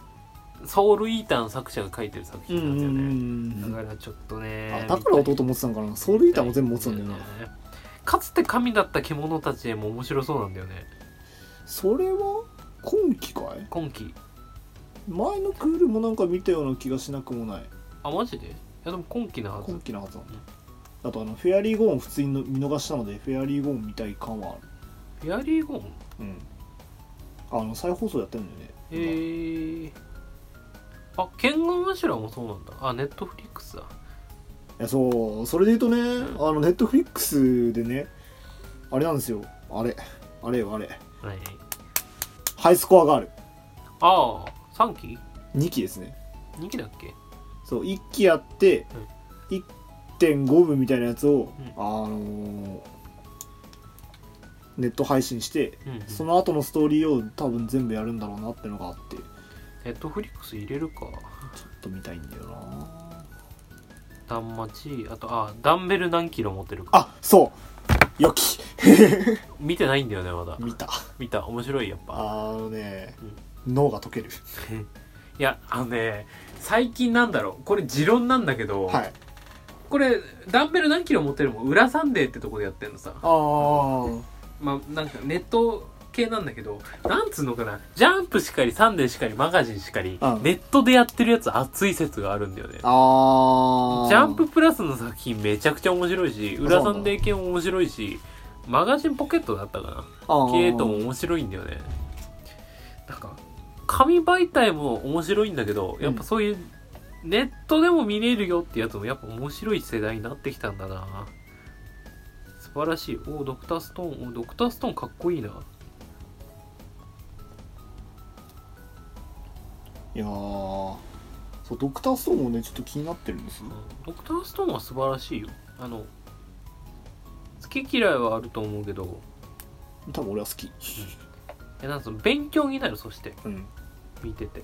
Speaker 1: ソウルイーターの作者が書いてる作品なんですよねだからちょっとね
Speaker 2: あだから
Speaker 1: 見たい
Speaker 2: 弟持ってたんかなソウルイーターも全部持ってたんだよな
Speaker 1: かつて神だった獣たちへも面白そうなんだよね
Speaker 2: それは今期かい
Speaker 1: 今期
Speaker 2: 前のクールもなんか見たような気がしなくもない
Speaker 1: あマジでいやでも今期なはず
Speaker 2: 今期のはずなんだあとあのフェアリーゴーン普通にの見逃したのでフェアリーゴーン見たい感はある
Speaker 1: フェアリーゴーン
Speaker 2: うんあの再放送やってるんだよね
Speaker 1: へえー、あケンガムシュラもそうなんだあネットフリックスだ
Speaker 2: いやそうそれで言うと
Speaker 1: ん
Speaker 2: ね、あのネットフリックスでねあれなんですよあれあれよあれ
Speaker 1: はい
Speaker 2: ハイスコアがある
Speaker 1: ああ3期
Speaker 2: 2期ですね
Speaker 1: ?2 期だっけ
Speaker 2: そう1期やって、1.5部みたいなやつを、
Speaker 1: うん
Speaker 2: あのーネット配信して
Speaker 1: うん、うん、
Speaker 2: その後のストーリーを多分全部やるんだろうなってのがあってちょ
Speaker 1: ネットフリックス入れるか
Speaker 2: っと見たいんだよな
Speaker 1: 断末あとあダンベル何キロ持ってるか
Speaker 2: あそうよき
Speaker 1: 見てないんだよねまだ
Speaker 2: 見た
Speaker 1: 見た面白いやっぱ
Speaker 2: あのね、脳が溶ける
Speaker 1: いやあのね最近なんだろうこれ持論なんだけど、
Speaker 2: はい
Speaker 1: これダンベル何キロ持ってるも裏サンデーってとこでやってんのさ
Speaker 2: ああ
Speaker 1: まあなんかネット系なんだけどなんつうのかなジャンプしかりサンデーしかりマガジンしかり、
Speaker 2: うん
Speaker 1: ネットでやってるやつ熱い説があるんだよね
Speaker 2: あー
Speaker 1: ジャンププラスの作品めちゃくちゃ面白いし裏サンデー系も面白いしマガジンポケットだったか
Speaker 2: あ
Speaker 1: な
Speaker 2: ー
Speaker 1: 系とも面白いんだよねなんか紙媒体も面白いんだけどやっぱそういうネットでも見れるよってやつもやっぱ面白い世代になってきたんだな素晴らしいおおドクターストーンおドクターストーンかっこいいない
Speaker 2: やーそうドクターストーンもねちょっと気になってるんですよ
Speaker 1: ドクターストーンは素晴らしいよあの好き嫌いはあると思うけど
Speaker 2: 多分俺は好き
Speaker 1: えなんかその勉強になるそして
Speaker 2: うん
Speaker 1: 見てて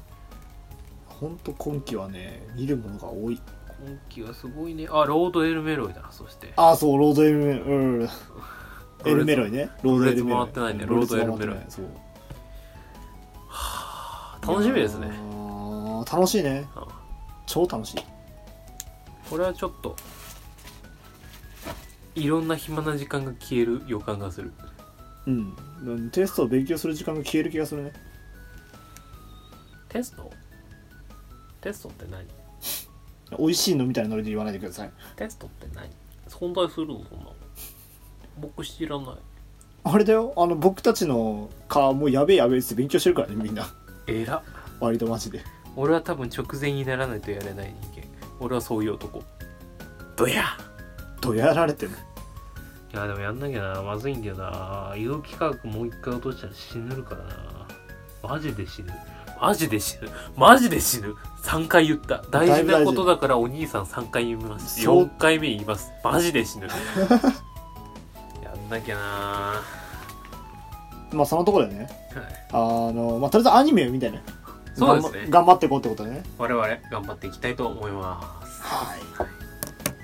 Speaker 2: ほんと今期はね見るものが多い
Speaker 1: 今季はすごいねあロードエルメロイだそして
Speaker 2: ああそうロードエルメうんエルメロイ
Speaker 1: イ
Speaker 2: ねロードエルメ
Speaker 1: ロレツ
Speaker 2: ロイ
Speaker 1: 回ってないね
Speaker 2: うん
Speaker 1: ロードエルメロイ
Speaker 2: レツ回ってないそう
Speaker 1: 楽しみですね
Speaker 2: いやー楽しいね
Speaker 1: うん
Speaker 2: 超楽しい
Speaker 1: これはちょっといろんな暇な時間が消える予感がする
Speaker 2: うんテストを勉強する時間が消える気がするね
Speaker 1: テストテストって何
Speaker 2: 美味しいのみたいなノリで言わないでください
Speaker 1: テストって何存在するのそんなの僕知らない
Speaker 2: あれだよあの僕たちの課もうやべえやべえっつって勉強してるからねみんな
Speaker 1: えら
Speaker 2: 割とマジで
Speaker 1: 俺は多分直前にならないとやれない人間俺はそういう男どや
Speaker 2: どやられてる
Speaker 1: いやでもやんなきゃなまずいんだよな医療機科学もう一回落としたら死ぬるからなマジで死ぬマジで死ぬマジで死ぬ3回言った大
Speaker 2: だい
Speaker 1: 事
Speaker 2: ぶ大
Speaker 1: な
Speaker 2: 事
Speaker 1: ことだからお兄さん3回言います
Speaker 2: そう
Speaker 1: 4回目言いますマジで死 ぬやんなきゃなは
Speaker 2: まあそのところでね
Speaker 1: い
Speaker 2: あの、まあ、とりあえずアニメを見てね
Speaker 1: そうですね
Speaker 2: 頑張頑張っていこうってことでね
Speaker 1: 我々頑張っていきたいと思います
Speaker 2: はい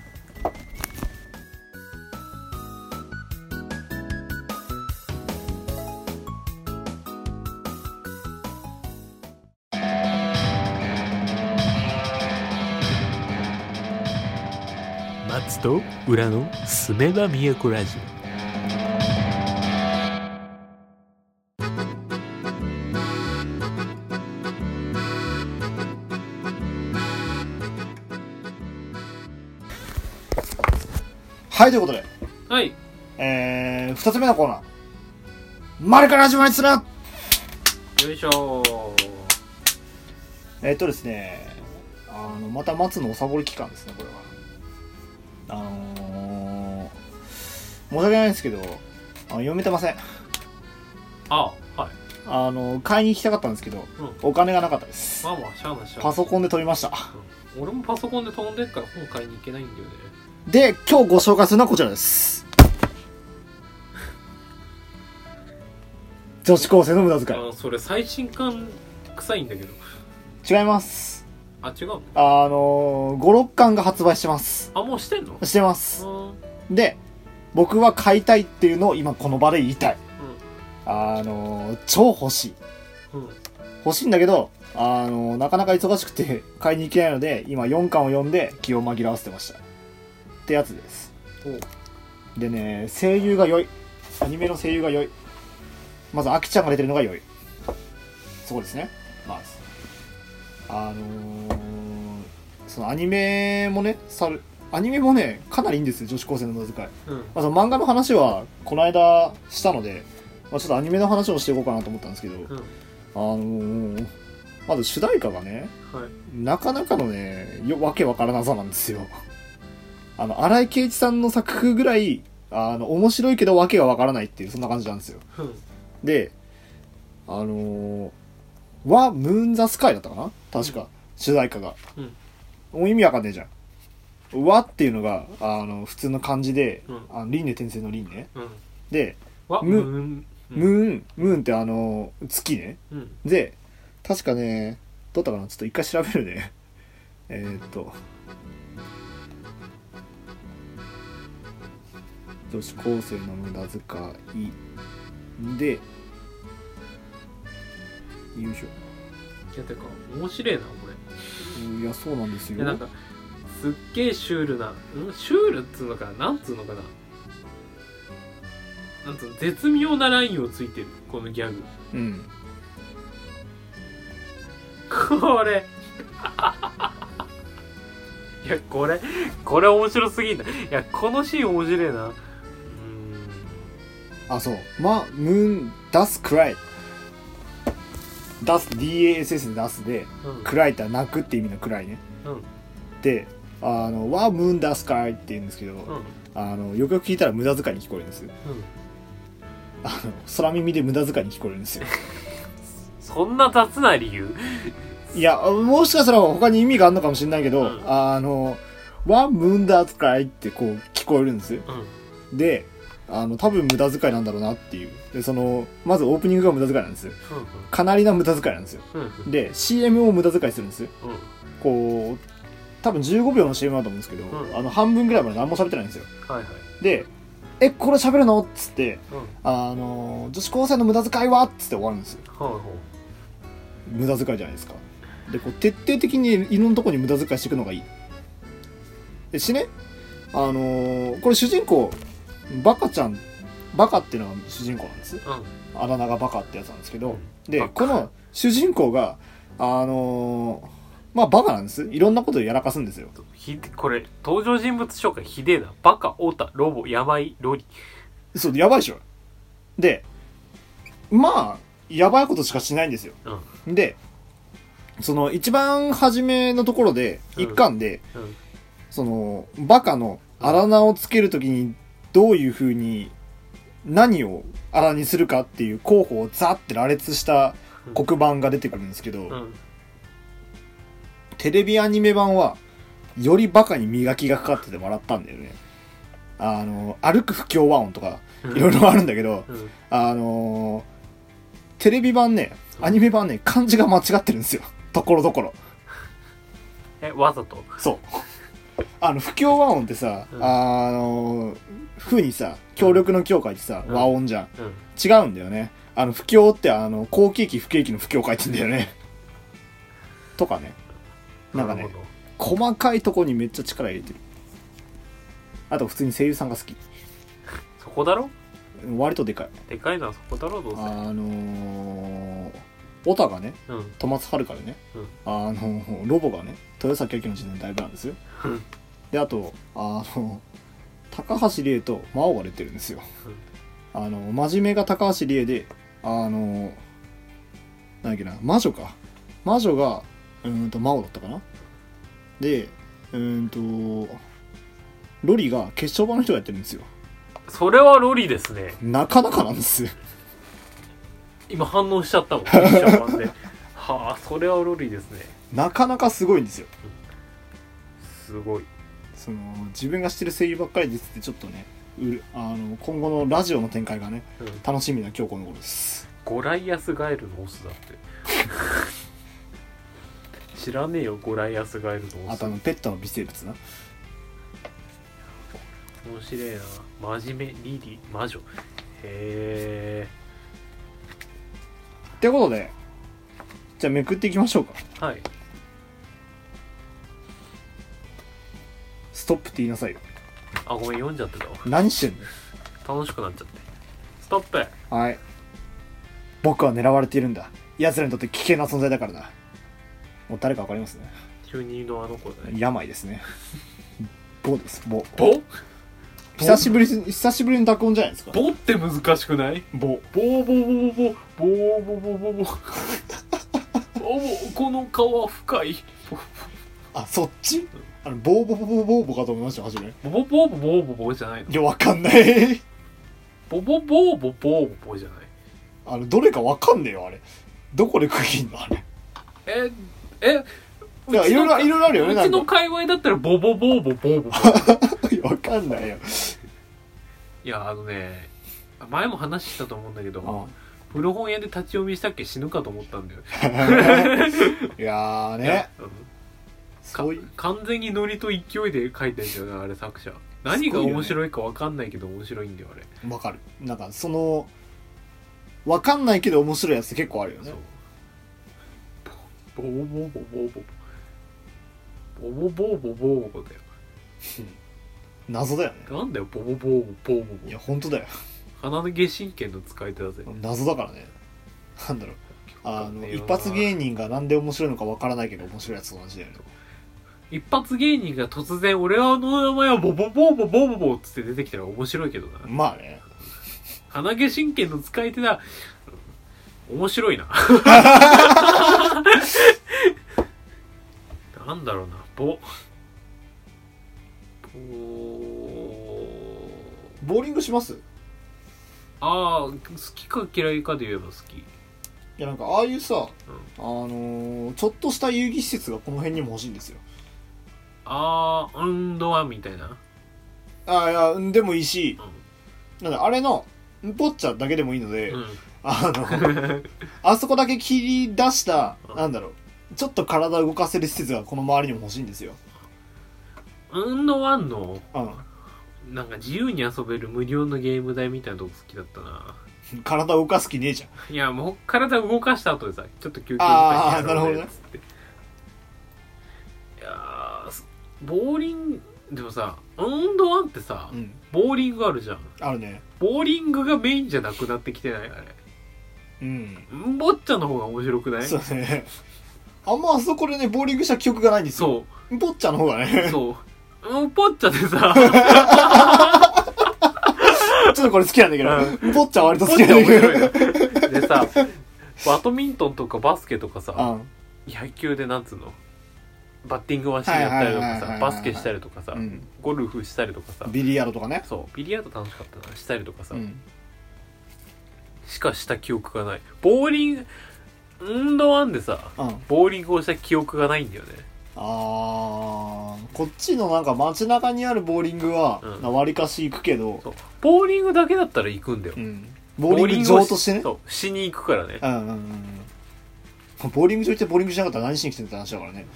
Speaker 1: 松と裏のすめばみやこラジ
Speaker 2: はいということで
Speaker 1: オはい
Speaker 2: えー、2つ目のコーナー「丸から始まりつな!
Speaker 1: よいしょー」
Speaker 2: えっ、とですねあのまた松のおさぼり期間ですねこれはあのー、申し訳ないんですけどあの読めてません
Speaker 1: あはい
Speaker 2: あの買いに行きたかったんですけど、
Speaker 1: う
Speaker 2: お金がなかったです
Speaker 1: まあまあしゃあないしゃあない
Speaker 2: パソコンで撮りました
Speaker 1: 俺もパソコンで飛んでるから本買いに行けないんだよね
Speaker 2: で今日ご紹介するのはこちらです女子高生の無駄遣
Speaker 1: あそれ最新刊臭いんだけど
Speaker 2: い違います
Speaker 1: あ違うの
Speaker 2: あのー、56巻が発売してます
Speaker 1: あもうしてん の
Speaker 2: してま
Speaker 1: う
Speaker 2: す
Speaker 1: んうん
Speaker 2: で僕は買いたいっていうのを今この場で言いたいあのー、超欲しい
Speaker 1: うん
Speaker 2: 欲しいんだけどあのー、なかなか忙しくて 買いに行けないので今4巻を読んで気を紛らわせてましたってやつですでね声優が良いアニメの声優が良いまずアキちゃんが出てるのが良いそこですねまずあのー、そのアニメもねさるアニメもねかなりいいんですよ女子高生の無駄遣い、ま
Speaker 1: うん
Speaker 2: あ、その漫画の話はこの間したので、まあ、ちょっとアニメの話をしていこうかなと思ったんですけど、
Speaker 1: うん
Speaker 2: ああのまず主題歌がね
Speaker 1: はい
Speaker 2: なかなかのねよわけわからなさなんですよあの荒井圭一さんの作風ぐらいあの面白いけどわけがわからないっていうそんな感じなんですよ
Speaker 1: うん
Speaker 2: であのー、はムーン・ザ・スカイだったかな確か、主題歌が、
Speaker 1: うん
Speaker 2: もう意味わかんねえじゃん和っていうのがあの普通の漢字で、
Speaker 1: うん
Speaker 2: あの輪廻転生の輪廻
Speaker 1: うん
Speaker 2: で、
Speaker 1: わ
Speaker 2: む
Speaker 1: うん
Speaker 2: ムーンムーンってあの月ね
Speaker 1: うん
Speaker 2: で確かねどうだったかなちょっと一回調べるね えーっと女子高生の無駄遣いでよいし
Speaker 1: いやてか面白いなこれ
Speaker 2: ょいやそうなんです
Speaker 1: い
Speaker 2: よ
Speaker 1: やなんかすっげえシュールな、うん、シュールっつうのかななんつうのかななんつうの絶妙なラインをついてるこのギャグ
Speaker 2: うん
Speaker 1: これ いやこれこれ面白すぎんだいやこのシーン面白いなう
Speaker 2: あそうまムーン出すくらい出す DASS で出すで
Speaker 1: ーんうん
Speaker 2: 暗いって泣くって意味の暗いね
Speaker 1: うん
Speaker 2: であの「はムーンダスカイ」って言うんですけど、
Speaker 1: うん
Speaker 2: あのよくよく聞いたら無駄遣いに聞こえるんですよ
Speaker 1: うん
Speaker 2: あの空耳で無駄遣いに聞こえるんですよ
Speaker 1: そんな雑な理由
Speaker 2: いやもしかしたら他に意味があるのかもしれないけど、
Speaker 1: うん
Speaker 2: あの「はムーンダスカイ」ってこう聞こえるんですよ
Speaker 1: うん
Speaker 2: であの多分無駄遣いなんだろうなっていうでそのまずオープニングが無駄遣いなんですよかなりな無駄遣いなんですよ
Speaker 1: うんうん
Speaker 2: で CM を無駄遣いするんですよ
Speaker 1: うん
Speaker 2: こう多分15秒の CM だと思うんですけど、
Speaker 1: うん
Speaker 2: あの半分ぐらいまで何も喋ってないんですよ
Speaker 1: はいはい
Speaker 2: で「えこれ喋るの?」っつって
Speaker 1: うん
Speaker 2: あの女子高生の無駄遣いはっつって終わるんですよ
Speaker 1: ほうほ
Speaker 2: 無駄遣いじゃないですかでこう徹底的にいろんなとこに無駄遣いしていくのがいいでしねあのーこれ主人公バカちゃんバカっていうのが主人公なんです
Speaker 1: ううん
Speaker 2: あだ名がバカってやつなんですけど
Speaker 1: バ
Speaker 2: で
Speaker 1: カ
Speaker 2: この主人公があのーまあバカなんですいろんなことをやらかすんですよ
Speaker 1: ひでこれ登場人物紹介ひでえなバカオタロボ病ロリ
Speaker 2: そうやばいでしょでまあやばいことしかしないんですよ
Speaker 1: うんうん
Speaker 2: でその一番初めのところで
Speaker 1: うん
Speaker 2: 一巻で、そのバカの荒名をつけるときにどういうふうに何を荒にするかっていう候補をザって羅列した黒板が出てくるんですけど、
Speaker 1: うん
Speaker 2: テレビアニメ版はよりバカに磨きがかかってて笑ったんだよね。あの歩く不協和音とか
Speaker 1: うん
Speaker 2: いろいろあるんだけど、
Speaker 1: うん
Speaker 2: あのテレビ版ねアニメ版ね漢字が間違ってるんですよところどころ。
Speaker 1: えわざと
Speaker 2: そう。あの、不協和音ってさ、
Speaker 1: うん
Speaker 2: あの、風にさ、協力の協会ってさ、
Speaker 1: うん
Speaker 2: 和音じゃん。
Speaker 1: うん
Speaker 2: 違うんだよね。あの、不協って、あの、後継機、不景気の不協会って言うんだよね。 とかね。なんかね
Speaker 1: る、ほど
Speaker 2: 細かいとこにめっちゃ力入れてる。あと、普通に声優さんが好き。
Speaker 1: そこだろ
Speaker 2: 割とでかい。
Speaker 1: でかいのはそこだろどうせ
Speaker 2: あのー、オタがね、
Speaker 1: うん
Speaker 2: 戸松遥がね、
Speaker 1: うん
Speaker 2: あのロボがね豊崎明の時代のライブなんですよ
Speaker 1: うん
Speaker 2: であとあの高橋理恵と魔王が出てるんですよあの真面目が高橋理恵であのなんだっけな魔女か魔女がうーんと魔王だったかなでうーんとロリが決勝場の人がやってるんですよ
Speaker 1: それはロリですね
Speaker 2: なかなかなんですよ
Speaker 1: 今反応しちゃったもんミッション版ではあそれはロリですね
Speaker 2: なかなかすごいんですよ
Speaker 1: すごい
Speaker 2: その自分が知ってる声優ばっかりですってちょっとねうるあの今後のラジオの展開がね
Speaker 1: うん
Speaker 2: 楽しみな今日この頃です
Speaker 1: ゴライアスガエルのオスだって 知らねえよゴライアスガエルのオ
Speaker 2: あ
Speaker 1: ス
Speaker 2: とあのペットの微生物な
Speaker 1: 面白いな真面目リリ魔女へ
Speaker 2: ってことでじゃあめくっていきましょうか
Speaker 1: えはい
Speaker 2: ストップって言いなさいよ
Speaker 1: あごめん読んじゃってたわ
Speaker 2: 何してん
Speaker 1: 楽しくなっちゃってストップ
Speaker 2: のはい僕は狙われているんだ奴らにとって危険な存在だからだもう誰かわかりますね
Speaker 1: 中二のあの子だね
Speaker 2: 病ですね棒です棒
Speaker 1: ボ
Speaker 2: 久しぶり久しぶりの濁音じゃないですか
Speaker 1: ボって難しくない
Speaker 2: 棒
Speaker 1: ボーボーボーボーボーボーボーボーボーボーおこの顔は深い
Speaker 2: あそっちあのボーボボボボーボかと思いました初めい
Speaker 1: ボボボボボボボじゃないの
Speaker 2: やわかんない
Speaker 1: ボボボボボボボじゃない
Speaker 2: あのどれかわかんねえよあれどこで区切んのあれ
Speaker 1: ええう
Speaker 2: いや
Speaker 1: ちの
Speaker 2: いろいろいろいろあるよね
Speaker 1: うち
Speaker 2: なん
Speaker 1: の
Speaker 2: か
Speaker 1: 界隈だったらボボボボボボボ
Speaker 2: いやわかんないよ
Speaker 1: いやあのね前も話したと思うんだけど
Speaker 2: あ
Speaker 1: 古本屋で立ち読みしたっけ死ぬかと思ったんだよ い
Speaker 2: いやー
Speaker 1: や
Speaker 2: ね
Speaker 1: うんか
Speaker 2: そうい
Speaker 1: 完全にノリと勢いで書いてんだよなあれ作者何が面白いか分かんないけど面白いんだよあれ
Speaker 2: わかるなんかそのわかんないけど面白いやつって結構あるよね
Speaker 1: そうボボボボボボボボボボボボボだよ
Speaker 2: 謎だよね
Speaker 1: なんだよボボボボボボ
Speaker 2: いや
Speaker 1: ボ
Speaker 2: 本当だよ
Speaker 1: 鼻の下神経の使い手だぜ
Speaker 2: 謎だからねなんだろうあの一発
Speaker 1: 芸
Speaker 2: 芸人がなんで面白いのかわからないけど面白いやつと同じだよね
Speaker 1: 一発芸人が突然俺はあの名前はボボボボボボボっつって出てきたら面白いけどな
Speaker 2: まあね
Speaker 1: 鼻毛神経の使い手だ面白いな なんだろうなぼぼ
Speaker 2: ボーリングしますい
Speaker 1: ああ好きか嫌いかで言えば好き
Speaker 2: やなんかああいうさ、あのーちょっとした遊戯施設がこの辺にも欲しいんですよ
Speaker 1: ああうんドアみたいな
Speaker 2: ああいやうんでもいいし
Speaker 1: う
Speaker 2: なんだあれのボッチャだけでもいいので、
Speaker 1: ん、うん、
Speaker 2: あ のあそこだけ切り出したなんだろうちょっと体を動かせる施設がこの周りにも欲しいんですよ
Speaker 1: うんのワンの
Speaker 2: うん
Speaker 1: なんか自由に遊べる無料のゲーム台みたいなとこ好きだったな
Speaker 2: 体を動かす気ねえじゃん
Speaker 1: いやもう体動かした後でさちょっと休憩み
Speaker 2: あー
Speaker 1: たいにやろう
Speaker 2: なるほどね
Speaker 1: ねっつっていやーすボーリングでもさ運動ワンってさ、
Speaker 2: うん
Speaker 1: ボーリングあるじゃん
Speaker 2: あるね
Speaker 1: ボーリングがメインじゃなくなってきてないあれ
Speaker 2: うん
Speaker 1: ボッチャの方が面白くない
Speaker 2: そうねあんまあそこでねボーリングした記憶がないんですよ
Speaker 1: そ
Speaker 2: ボッチャの方が
Speaker 1: う
Speaker 2: ね
Speaker 1: そううんボッチャでさ
Speaker 2: ちょっとこれ好きなんだけど、ボッチャ割と
Speaker 1: ボ
Speaker 2: 好
Speaker 1: ッ
Speaker 2: き
Speaker 1: チ
Speaker 2: な
Speaker 1: ャ
Speaker 2: んだ
Speaker 1: 面
Speaker 2: けど
Speaker 1: 白いなでさバドミントンとかバスケとかさ、
Speaker 2: うん
Speaker 1: 野球でなんつうのバッティングマシンやったりと
Speaker 2: は
Speaker 1: か
Speaker 2: いはいはいはいは
Speaker 1: さ
Speaker 2: い
Speaker 1: バスケしたりとかさ、
Speaker 2: うん
Speaker 1: ゴルフしたりとかさ
Speaker 2: ビリヤードとかね
Speaker 1: そうビリヤード楽しかったなしたりとかさ、
Speaker 2: うん
Speaker 1: しかした記憶がないボーリング運動ワンでさ
Speaker 2: うん
Speaker 1: ボーリングをした記憶がないんだよね
Speaker 2: あーこっちのなんか街中にあるボーリングは
Speaker 1: うん
Speaker 2: なわりかし行くけど、
Speaker 1: そうボーリングだけだったら行くんだよ、
Speaker 2: うん、ボーリング場としてね
Speaker 1: そうしに行くからね
Speaker 2: うんうんうんボーリング場行ってボーリングしなかったら何しに来てんのって話だからね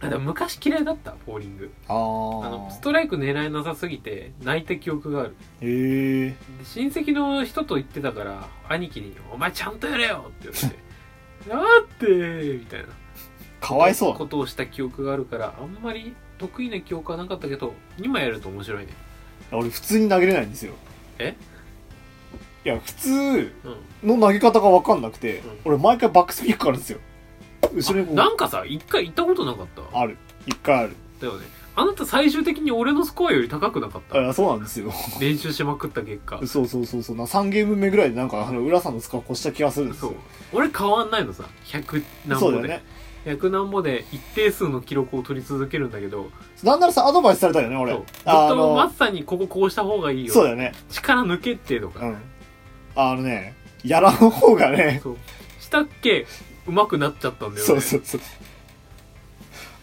Speaker 1: あでも昔嫌いだったボーリング
Speaker 2: あ
Speaker 1: あ
Speaker 2: ー
Speaker 1: のストライク狙えなさすぎて泣いた記憶がある
Speaker 2: へえ
Speaker 1: で親戚の人と言ってたから兄貴に「お前ちゃんとやれよ!」って 言われて「だって」みたいな
Speaker 2: かわいそう
Speaker 1: ことをした記憶があるからあんまり得意な記憶はなかったけど今やると面白いね
Speaker 2: 俺普通に投げれないんですよ
Speaker 1: え
Speaker 2: いや普通
Speaker 1: うん
Speaker 2: の投げ方が分かんなくて、俺毎回バックスピークからですよ後ろにこう
Speaker 1: なんかさ一回行ったことなかった
Speaker 2: ある一回ある
Speaker 1: だよねあなた最終的に俺のスコアより高くなかった
Speaker 2: あそうなんですよ
Speaker 1: 練習しまくった結果
Speaker 2: そうそうそうそうな3ゲーム目ぐらいでなんかあの浦さんのスコア越した気がするんです
Speaker 1: そ
Speaker 2: よ
Speaker 1: う俺変わんないのさ100何
Speaker 2: そう
Speaker 1: 歩
Speaker 2: だ
Speaker 1: で、
Speaker 2: よね
Speaker 1: 100何歩で一定数の記録を取り続けるんだけど
Speaker 2: なんならさアドバイスされたよね俺
Speaker 1: そうずっ
Speaker 2: あ
Speaker 1: とマ
Speaker 2: の
Speaker 1: ッサにこここうした方がいいよ
Speaker 2: そうだよね
Speaker 1: 力抜けってと
Speaker 2: う
Speaker 1: か、
Speaker 2: んあのねやらん方がね
Speaker 1: そうしたっけ上手くなっちゃったんだよね
Speaker 2: そうそうそう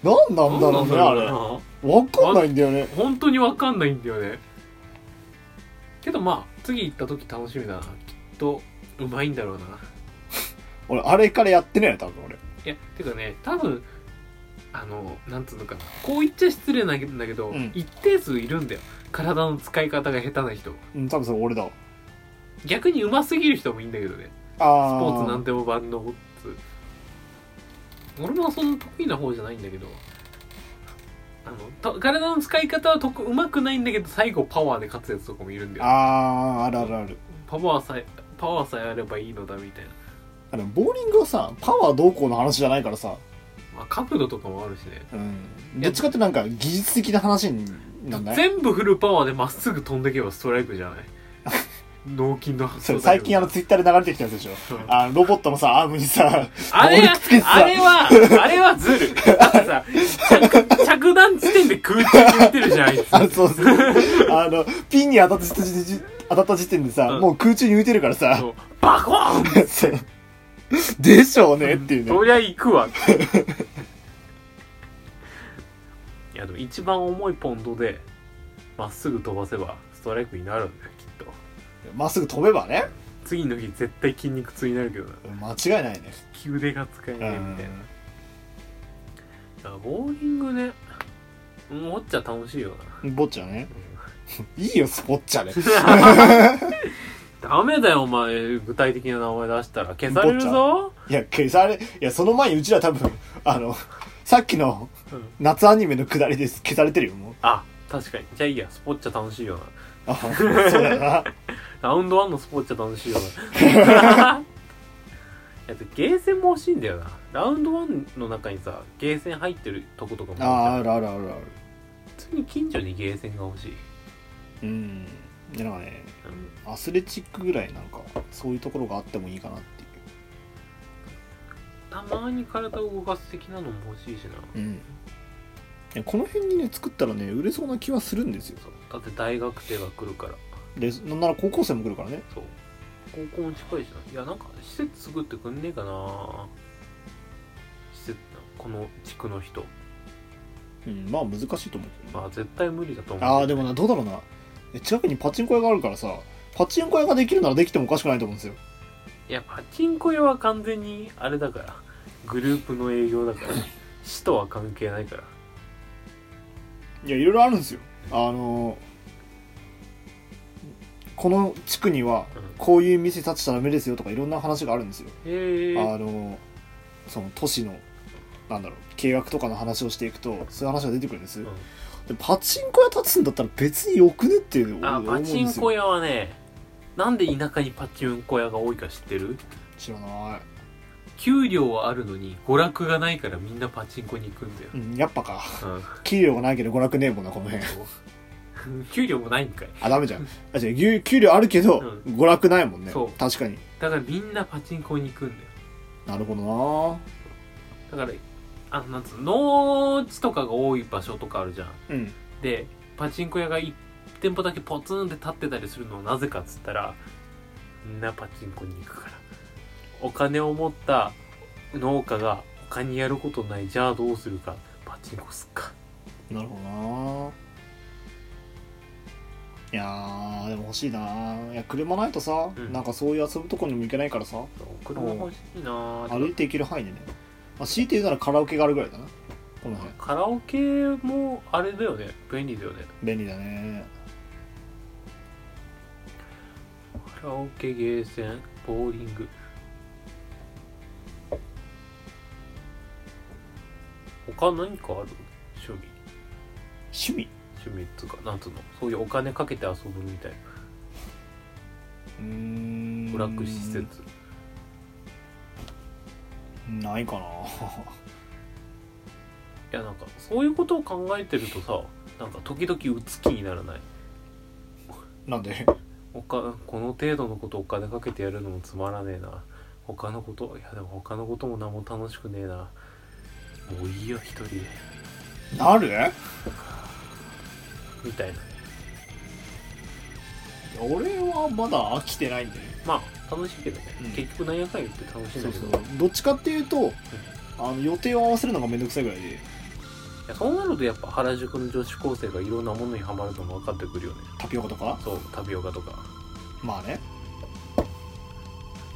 Speaker 2: なんなんだろうねあれ
Speaker 1: な
Speaker 2: わかんないんだよね
Speaker 1: 本当にわかんないんだよねけどまあ次行った時楽しみだなきっとうまいんだろうな
Speaker 2: 俺あれからやってないよ多分俺
Speaker 1: いやてかね多分あのなんつうのかなこう言っちゃ失礼なんだけど、
Speaker 2: うん
Speaker 1: 一定数いるんだよ体の使い方が下手な人
Speaker 2: うん多分それ俺だわ
Speaker 1: 逆に上手すぎる人もいいんだけどねス
Speaker 2: あ
Speaker 1: ポーツなん
Speaker 2: て
Speaker 1: でも万能っつ俺もそんな得意な方じゃないんだけどあのと体の使い方はとくうまくないんだけど最後パワーで勝つやつとかもいるんだよ
Speaker 2: あーあるあるある
Speaker 1: パワーさえパワーさえあればいいのだみたいな、
Speaker 2: あのボーリングはさパワーどうこうの話じゃないからさ、
Speaker 1: まあ、角度とかもあるしね
Speaker 2: うん、どっちかってなんか技術的な話になんない
Speaker 1: 全部フルパワーでまっすぐ飛んでけばストライクじゃない脳筋の発
Speaker 2: そ
Speaker 1: 想
Speaker 2: れ
Speaker 1: だよ
Speaker 2: 最近あのツイッターで流れてきたやつでしょ
Speaker 1: うん
Speaker 2: あのロボットのさアームにさ
Speaker 1: あれ
Speaker 2: くっつけてさ
Speaker 1: あれは、あれは ずる。だってさ、着着弾地点で空中に浮いてるじゃん、あいつ。
Speaker 2: あそうそうあのピンに当たった時点当たった時点でさ、
Speaker 1: うん
Speaker 2: もう空中に浮いてるからさ
Speaker 1: そうバコーン
Speaker 2: そう でしょうねっていうね
Speaker 1: そりゃ行 くわいやでも一番重いポンドでまっすぐ飛ばせばストライクになるんだよきっと
Speaker 2: まっすぐ飛べばね
Speaker 1: 次の日絶対筋肉痛になるけどな
Speaker 2: 間違いないね
Speaker 1: 利き腕が使え
Speaker 2: う
Speaker 1: ないみ
Speaker 2: ん
Speaker 1: たいな、あボーリングね持っちゃ楽しいよな、
Speaker 2: ボッチャねいいよスポッチャで
Speaker 1: ダメだよお前具体的な名前出したら消されるぞ、
Speaker 2: いや消されいやその前にうちら多分あのさっきの
Speaker 1: うん
Speaker 2: 夏アニメのくだりです消されてるよもう
Speaker 1: あ確かにじゃあいいやスポッチャ楽しいよな
Speaker 2: あそうだな
Speaker 1: ラウンドワンのスポーツは楽しいよな。 いやゲーセンも欲しいんだよな。ラウンドワンの中にさ、ゲーセン入ってるとことかも
Speaker 2: あ
Speaker 1: あ
Speaker 2: あ
Speaker 1: るじゃ
Speaker 2: あ
Speaker 1: ん
Speaker 2: るあるあるある
Speaker 1: 普通に近所にゲーセンが欲しい。
Speaker 2: うんでなんかねアスレチックぐらいなんかそういうところがあってもいいかなってい
Speaker 1: たまに体を動かす的なのも欲しいしな。
Speaker 2: う、うん、いやこの辺にね作ったらね売れそうな気はするんですよ
Speaker 1: そうだって大学生が来るから。
Speaker 2: でなんなら高校生も来るからね
Speaker 1: そう。高校も近いしな。いや、なんか施設作ってくんねえかな。施設、この地区の人。
Speaker 2: うんまあ難しいと思うけどね
Speaker 1: まあ絶対無理だと思う。
Speaker 2: ああでもなどうだろうなえ近くにパチンコ屋があるからさパチンコ屋ができるならできてもおかしくないと思うんですよ
Speaker 1: いやパチンコ屋は完全にあれだからグループの営業だから市とは関係ないから
Speaker 2: いやいろいろあるんですよあのーこの地区には
Speaker 1: うん
Speaker 2: こういう店立ちちゃダメですよとかいろんな話があるんですよ
Speaker 1: へえ
Speaker 2: あのその都市のなんだろう契約とかの話をしていくとそういう話が出てくるんです、
Speaker 1: ん
Speaker 2: でパチンコ屋立つんだったら別によくねって思
Speaker 1: あ
Speaker 2: 思う
Speaker 1: パ
Speaker 2: んです
Speaker 1: チ
Speaker 2: よ
Speaker 1: ンコ屋はねなんで田舎にパチンコ屋が多いか知ってる
Speaker 2: 知らない、
Speaker 1: 給料はあるのに娯楽がないからみんなパチンコに行くんだよ
Speaker 2: う、ん、やっぱか
Speaker 1: うん
Speaker 2: 給料がないけど娯楽ねえもんなこの辺
Speaker 1: そう給料もないんかい
Speaker 2: あダメじゃんあじゃあ給給料あるけど、
Speaker 1: う
Speaker 2: 娯楽ないもんね
Speaker 1: そう
Speaker 2: 確かに
Speaker 1: だからみんなパチンコに行くんだよ
Speaker 2: なるほど
Speaker 1: だからあなんつうの農地とかが多い場所とかあるじゃん
Speaker 2: なうん
Speaker 1: でパチンコ屋が1店舗だけポツンって立ってたりするのはなぜかっつったらみんなパチンコに行くからお金を持った農家が他にやることないじゃあどうするかパチンコすっか
Speaker 2: なるほどないやーでも欲しいないや車ないとさ、
Speaker 1: うん
Speaker 2: なんかそういう遊ぶとこにも行けないからさ
Speaker 1: 車欲しいなぁ
Speaker 2: 歩いて行ける範囲でね、まあ、強いて言うならカラオケがあるぐらいだなこの辺
Speaker 1: カラオケもあれだよね便利だよね
Speaker 2: 便利だね
Speaker 1: カラオケゲーセンボーリング他何かある趣味
Speaker 2: 趣味
Speaker 1: 趣味っつうかなんつうのそういうお金かけて遊ぶみたいな
Speaker 2: うーん
Speaker 1: 娯楽施設
Speaker 2: ないかな
Speaker 1: いやなんかそういうことを考えてるとさなんか時々うつ気にならない
Speaker 2: なんで
Speaker 1: おかこの程度のことお金かけてやるのもつまらねえな他のこといやでも他のことも何も楽しくねえなもういいよ一人で
Speaker 2: なるいや
Speaker 1: みたいな
Speaker 2: 俺はまだ飽きてないんだよ
Speaker 1: まあ楽しいけどね、
Speaker 2: うん
Speaker 1: 結局なんやかんやって楽しいんだ
Speaker 2: そう
Speaker 1: け
Speaker 2: そ
Speaker 1: ど
Speaker 2: うどっちかっていうとあの予定を合わせるのがめんどくさいぐらいで
Speaker 1: いやそうなるとやっぱ原宿の女子高生がいろんなものにハマるのも分かってくるよね
Speaker 2: タピオカとか
Speaker 1: そうタピオカとか
Speaker 2: まあね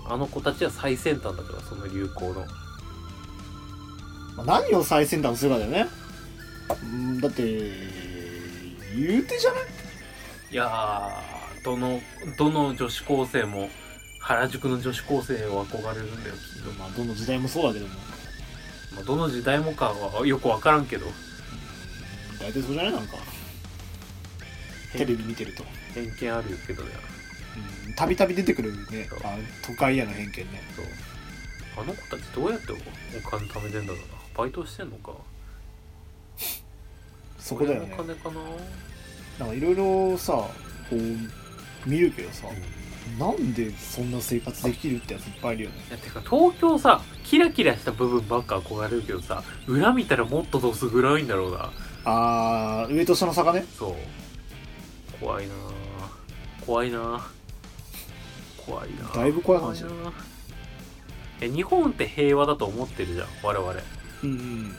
Speaker 1: あの子たちは最先端だからその流行の
Speaker 2: まあ何を最先端するかだよねうんだって言うてじゃない
Speaker 1: いやーどのどの女子高生も原宿の女子高生を憧れるんだよきっと、
Speaker 2: まあどの時代もそうだけども
Speaker 1: まあ、どの時代もかはよく分からんけど
Speaker 2: 大体そうじゃないなんかテレビ見てると
Speaker 1: 偏見あるけどね
Speaker 2: うんたびたび出てくるね
Speaker 1: そう
Speaker 2: あの都会への偏見ね
Speaker 1: そうあの子たちどうやっておお金貯めてんだろうなバイトしてんのか
Speaker 2: そこだよ
Speaker 1: 親
Speaker 2: ね
Speaker 1: のお金かな、
Speaker 2: なんかいろいろさこう見るけどさ、
Speaker 1: うん
Speaker 2: なんでそんな生活できるってやついっぱいいるよね
Speaker 1: いやてか東京さキラキラした部分ばっか憧れるけどさ裏見たらもっとどす暗いんだろうな
Speaker 2: あー上と下の差がね
Speaker 1: そう怖いなぁ怖いなぁ怖いなぁ
Speaker 2: だいぶ怖い話だ
Speaker 1: 怖いなぁえ日本って平和だと思ってるじゃん我々
Speaker 2: うんうん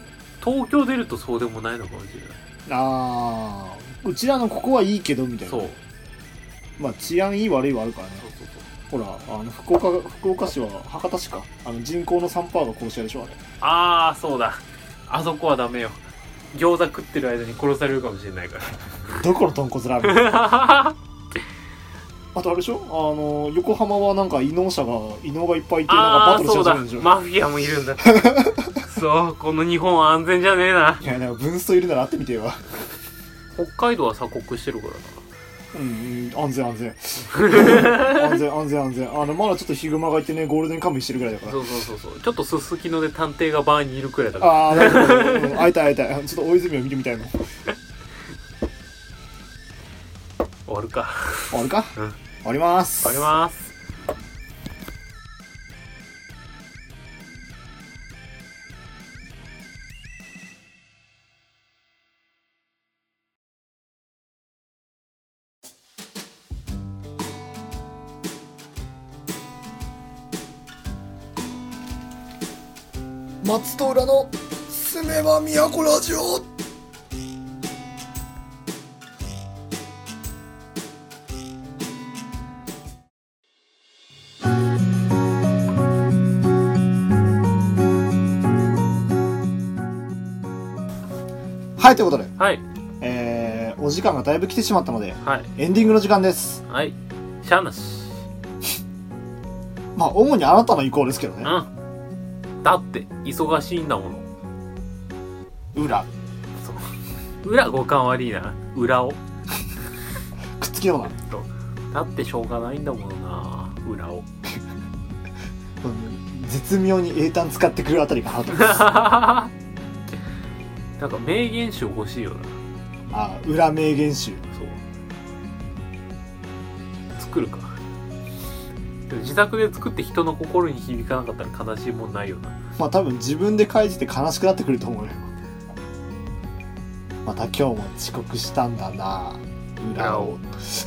Speaker 1: 東京出るとそうでもないのかもしれない
Speaker 2: あーうちらのここはいいけどみたいな
Speaker 1: そうそう
Speaker 2: まあ治安いい悪いはあるからね
Speaker 1: そうそう
Speaker 2: ほらあの福岡福岡市は博多市かあの人口の3%が殺し屋でしょあれ
Speaker 1: ああそうだあそこはダメよ餃子食ってる間に殺されるかもしれないから
Speaker 2: だから豚骨ラーメ ン
Speaker 1: あ
Speaker 2: あとあれでしょあの横浜はなんか異能者が異能がいっぱいいてなんかバ
Speaker 1: あー
Speaker 2: トルし
Speaker 1: そう
Speaker 2: 始
Speaker 1: だ
Speaker 2: めるんでしょ、
Speaker 1: マフィアもいるんだそうこの日本安全じゃねえない
Speaker 2: やなんかブンストいるなら会ってみてよ
Speaker 1: 北海道は鎖国してるからな
Speaker 2: うん、うん安全 安全安全安全安全あのまだちょっとヒグマがいてねゴールデンカムイしてるぐらいだから
Speaker 1: そうそうそうそうちょっとすすきので探偵がバーにいるくらいだから
Speaker 2: ああなるほどうん会いたい会いたいちょっと大泉を見てみたいの
Speaker 1: 終わるか
Speaker 2: 終わるか、
Speaker 1: うん
Speaker 2: 終わります
Speaker 1: 終わります
Speaker 2: 松戸浦の住めば都ラジオはいということで、
Speaker 1: はい
Speaker 2: えー、お時間がだいぶ来てしまったので
Speaker 1: はい
Speaker 2: エンディングの時間です
Speaker 1: はいしゃあなし
Speaker 2: まあ主にあなたの意向ですけど
Speaker 1: う
Speaker 2: ね
Speaker 1: んだって忙しいんだもの
Speaker 2: 裏
Speaker 1: そう裏五感悪いな裏を
Speaker 2: くっつけような
Speaker 1: だってしょうがないんだものな裏を
Speaker 2: うん絶妙に英単使ってくるあたりかなと思います
Speaker 1: なんか名言集欲しいよな
Speaker 2: あ裏名言集
Speaker 1: そう作るかでも自宅で作って人の心に響かなかったら悲しいもんないよな
Speaker 2: まあ多分自分で書いてて悲しくなってくると思うよまた今日も遅刻したんだな裏を
Speaker 1: 悲し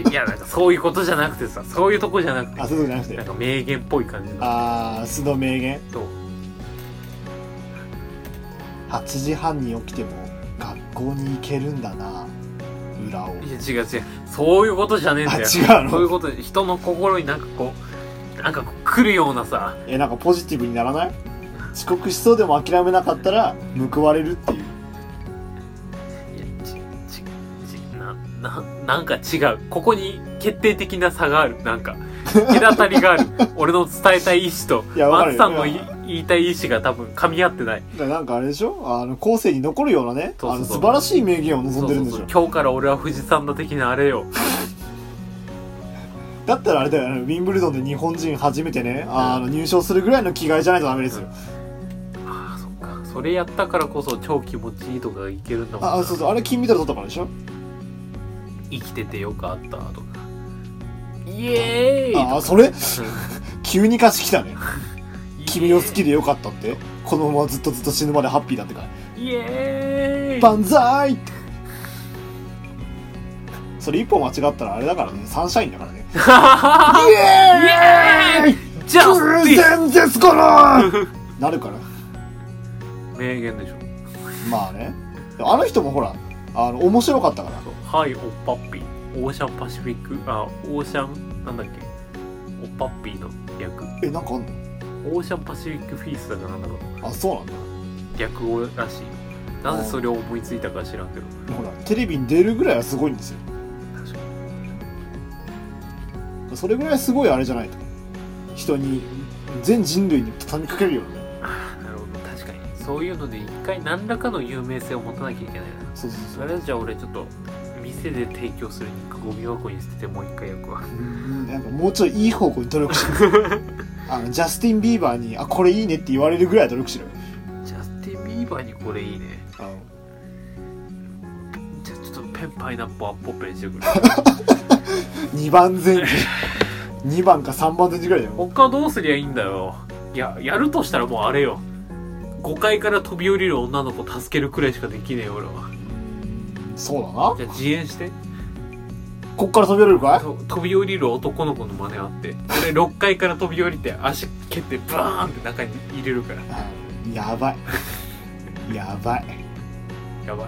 Speaker 1: いいやなんかそういうことじゃなくてさそういうとこじゃなくて
Speaker 2: あそういうことじゃなく
Speaker 1: なんか
Speaker 2: て
Speaker 1: 名言っぽい感じの
Speaker 2: ああ素の名言
Speaker 1: そう
Speaker 2: 8時半に起きても学校に行けるんだな裏を
Speaker 1: いや違う違うそういうことじゃねえんだよ
Speaker 2: あ違うの
Speaker 1: そういうこと人の心になんかこうなんかこう来るようなさ
Speaker 2: えなんかポジティブにならない遅刻しそうでも諦めなかったら報われるっていう
Speaker 1: いやちちちなななんか違うここに決定的な差があるなんか隔たりがあ る俺の伝えたい意思と
Speaker 2: いやわか
Speaker 1: 松
Speaker 2: る
Speaker 1: さんの
Speaker 2: い
Speaker 1: い
Speaker 2: や
Speaker 1: 言いたい意思が多分噛み合ってない
Speaker 2: だからなんかあれでしょあの後世に残るようなね
Speaker 1: そうそうそう
Speaker 2: あの素晴らしい名言を望んでるんでしょ
Speaker 1: そうそうそう今日から俺は富士山だ的なあれよ
Speaker 2: だったらあれだよねウィンブルドンで日本人初めてねあの入賞するぐらいの気概じゃないとダメですよ
Speaker 1: ああそっかそれやったからこそ超気持ちいいとかいけるんだもんな
Speaker 2: ああそうそうあれ金メダル取ったからでしょ
Speaker 1: 生きててよかったとかイエーイ
Speaker 2: ああ
Speaker 1: とか
Speaker 2: それ
Speaker 1: う
Speaker 2: 急に貸し来たね
Speaker 1: ん
Speaker 2: 君を好きでよかったってこのままずっとずっと死ぬまでハッピーだってから
Speaker 1: イエーイ
Speaker 2: 万歳ってそれ一歩間違ったらあれだからねサンシャインだからねイエーイ
Speaker 1: イエーイ ジャスティス
Speaker 2: 偶然ですからなるから
Speaker 1: 名言でしょ
Speaker 2: まあねあの人もほらあの面白かったから
Speaker 1: はいおっぱっぴーオーシャンパシフィックあオーシャンなんだっけおっぱっぴーの略
Speaker 2: えなんかあんの
Speaker 1: オーシャンパシフィックフィーストだかなんだか
Speaker 2: あそうなんだ
Speaker 1: 略語らしいなぜそれを思いついたか知らんけど
Speaker 2: ほらテレビに出るぐらいはすごいんですよ
Speaker 1: 確かに
Speaker 2: それぐらいすごいあれじゃないと人に全人類に畳みかけるよね
Speaker 1: あーなるほど確かにそういうので一回何らかの有名性を持たなきゃいけないな
Speaker 2: そうそう
Speaker 1: とりあえずじゃあ俺ちょっと店で提供する肉ゴミ箱に捨ててもう一回焼くわ
Speaker 2: うんなんかもうちょいいい方向に努力しろ あのジャスティン・ビーバーに「あこれいいね」って言われるぐらい努力しろよ
Speaker 1: ジャスティン・ビーバーにこれいいね
Speaker 2: あの
Speaker 1: じゃあちょっとペんパイナップルアッポッペンしてくる
Speaker 2: 2番前時2番か3番前時ぐらいだよ
Speaker 1: 他どうすりゃいいんだよいややるとしたらもうあれよ5階から飛び降りる女の子助けるくらいしかできねえよ俺は
Speaker 2: そう
Speaker 1: じ
Speaker 2: だな
Speaker 1: ゃあ自演して
Speaker 2: こっから飛び降りるかい
Speaker 1: と飛び降りる男の子の真似あって俺6階から飛び降りて足蹴ってバーンって中に入れるから
Speaker 2: やばいやばい
Speaker 1: やばい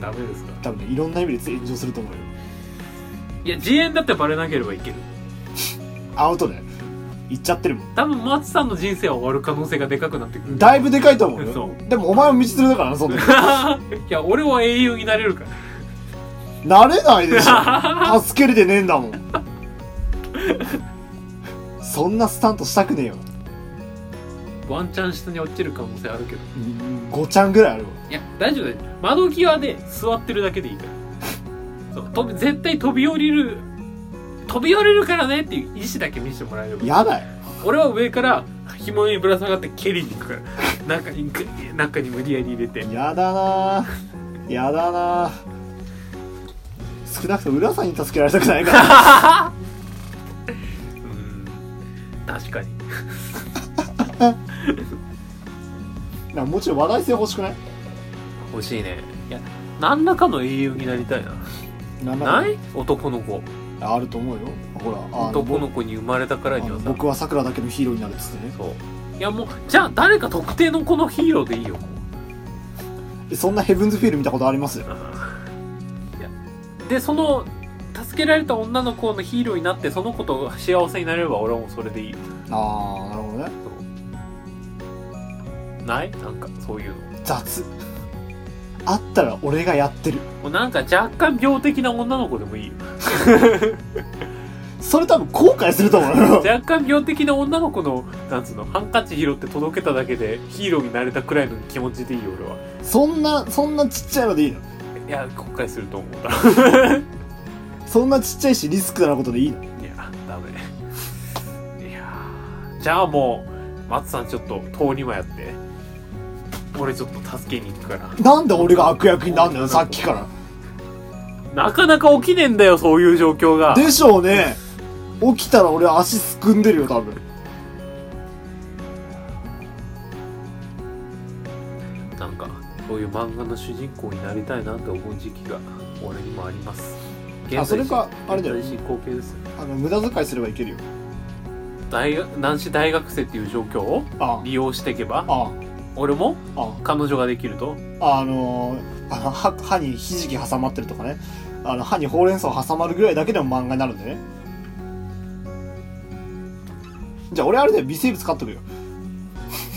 Speaker 1: ダメですか
Speaker 2: 多分ねいろんな意味で炎上すると思うよ
Speaker 1: いや自演だってバレなければいける
Speaker 2: アウトだよ行っちゃってるもん
Speaker 1: 多分松さんの人生は終わる可能性がでかくなってくる
Speaker 2: だいぶでかいと思う
Speaker 1: そ
Speaker 2: よでもお前も道連れだからなそんなの
Speaker 1: いや俺は英雄になれるか
Speaker 2: なれないでしょ助けれてねえんだもんそんなスタントしたくねえよ
Speaker 1: ら ワンチャン下に落ちる可能性あるけど
Speaker 2: 5ちゃんぐらいあるわ
Speaker 1: いや大丈夫だよ窓際で座ってるだけでいいからそう飛び絶対飛び降りる飛び降りるからねっていう意思だけ見せてもらえれば
Speaker 2: やだよ
Speaker 1: 俺は上から紐にぶら下がって蹴りに行くから中にグッ中に無理やり入れて
Speaker 2: やだなぁやだなぁ少なくとも浦さんに助けられたくないから
Speaker 1: うん確かに
Speaker 2: なんかもちろん話題性欲しくない
Speaker 1: 欲しいねいや何らかの英雄になりたいな
Speaker 2: なんだか
Speaker 1: ない男の子
Speaker 2: あると思うよほらあの
Speaker 1: 男の子に生まれたから
Speaker 2: あ
Speaker 1: に
Speaker 2: の
Speaker 1: はさ
Speaker 2: 僕はさくらだけのヒーローになるっつってね
Speaker 1: そういやもうじゃあ誰か特定のこのヒーローでいいよもう
Speaker 2: えそんなヘブンズフィール見たことありますよ
Speaker 1: いやでその助けられた女の子のヒーローになってその子と幸せになれれば俺はもうそれでいいよ
Speaker 2: ああなるほどね
Speaker 1: ないなんかそういうの
Speaker 2: 雑あったら俺がやってる
Speaker 1: もうなんか若干病的な女の子でもいいよ
Speaker 2: それ多分後悔すると思うよ
Speaker 1: 若干病的な女の子のなんつうのハンカチ拾って届けただけでヒーローになれたくらいの気持ちでいいよ俺は
Speaker 2: そんなそんなちっちゃいのでいいの
Speaker 1: いや後悔すると思うだ
Speaker 2: そんなちっちゃいしリスクなことでいいの
Speaker 1: いやダメいやーじゃあもう松さんちょっと通り魔やって俺ちょっと助けに行くから
Speaker 2: なんで俺が悪役になんだよさっきから
Speaker 1: なかなか起きねえんだよ、そういう状況が。
Speaker 2: でしょうね起きたら俺足すくんでるよ多分
Speaker 1: なんか、そういう漫画の主人公になりたいなって思う時期が、俺にもあります。
Speaker 2: あそれかあれだよ
Speaker 1: 現在進行形ですよ。
Speaker 2: あの無駄遣いすればいけるよ
Speaker 1: 大学、男子大学生っていう状況を
Speaker 2: あ
Speaker 1: 利用していけば、
Speaker 2: あ
Speaker 1: 俺も
Speaker 2: あ
Speaker 1: 彼女ができると。
Speaker 2: ああのーあの歯歯にひじき挟まってるとかねあの歯にほうれん草挟まるぐらいだけでも漫画になるんでねじゃあ俺あれだよ微生物買っとくよ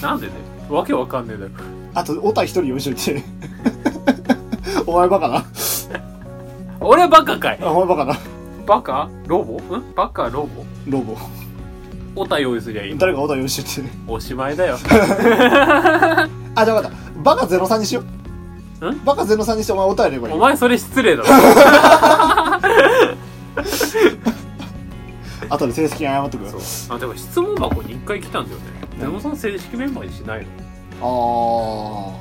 Speaker 1: なんでね、わけわかんねえだろ。
Speaker 2: あとオタ一人用意しといて お前バカな
Speaker 1: 俺バカかい
Speaker 2: あお前バカな
Speaker 1: バカロボんバカロボ
Speaker 2: ロボ
Speaker 1: オタ用意すりゃいい。
Speaker 2: 誰かオタ用意しといて
Speaker 1: おしまい だよ。
Speaker 2: あじゃあ分かったバカ03にしようんバカ03にしてお前オタやればいい
Speaker 1: お前それ失礼だろ。
Speaker 2: あとで正式に謝っとくよ
Speaker 1: そうあでも質問箱に1回来たんだよねでもさん正式メンバーにしないの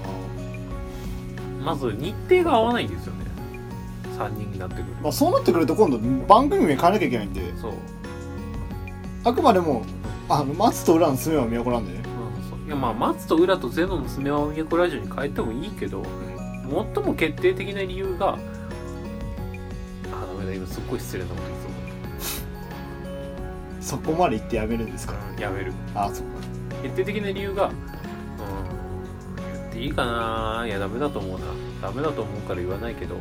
Speaker 2: あ
Speaker 1: まず日程が合わないんですよね3人になってくる
Speaker 2: ー、まあ、そうなってくると今度番組名変えなきゃいけないんで
Speaker 1: そう,、
Speaker 2: あくまでもあの松と浦の住めは都なんでね
Speaker 1: うん、そういやまあ松と浦とゼノのスメワミヤコラジオに変えてもいいけど最も決定的な理由があダメだ今すっごい失礼なこと言いそう
Speaker 2: そこまで言ってやめるんですか
Speaker 1: だやめる
Speaker 2: あそっか
Speaker 1: 決定的な理由がうーん言っていいかないやダメだと思うなダメだと思うから言わないけど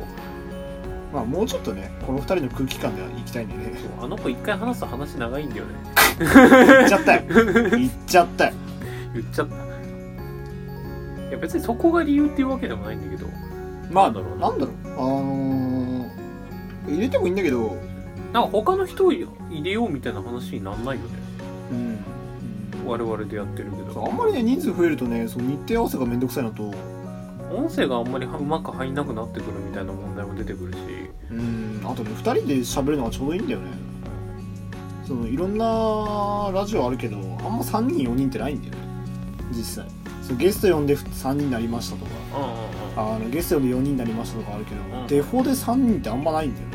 Speaker 2: まあもうちょっとねこの二人の空気感ではいきたいんで ね
Speaker 1: そうあの子一回話すと話長いんだよね
Speaker 2: 言っちゃったよ言っちゃったよ
Speaker 1: 言っちゃったいや別にそこが理由っていうわけでもないんだけど
Speaker 2: まあ
Speaker 1: なんだろうな
Speaker 2: なんだろうあのー、入れてもいいんだけど
Speaker 1: なんか他の人を入れようみたいな話になんないよね
Speaker 2: うん
Speaker 1: 我々でやってるけ
Speaker 2: そうあ
Speaker 1: ど
Speaker 2: んまりね人数増えるとねその日程合わせがめんどくさいのと
Speaker 1: 音声があんまりうまく入んなくなってくるみたいな問題も出てくるし
Speaker 2: うんあとね2人で喋るのがちょうどいいんだよねそのいろんなラジオあるけどあんま3人4人ってないんだよね実際そうゲスト呼んで3人になりましたとか
Speaker 1: うんうんうん
Speaker 2: あのゲストで4人になりましたとかあるけど、
Speaker 1: うん
Speaker 2: デフォで3人ってあんまないんだよね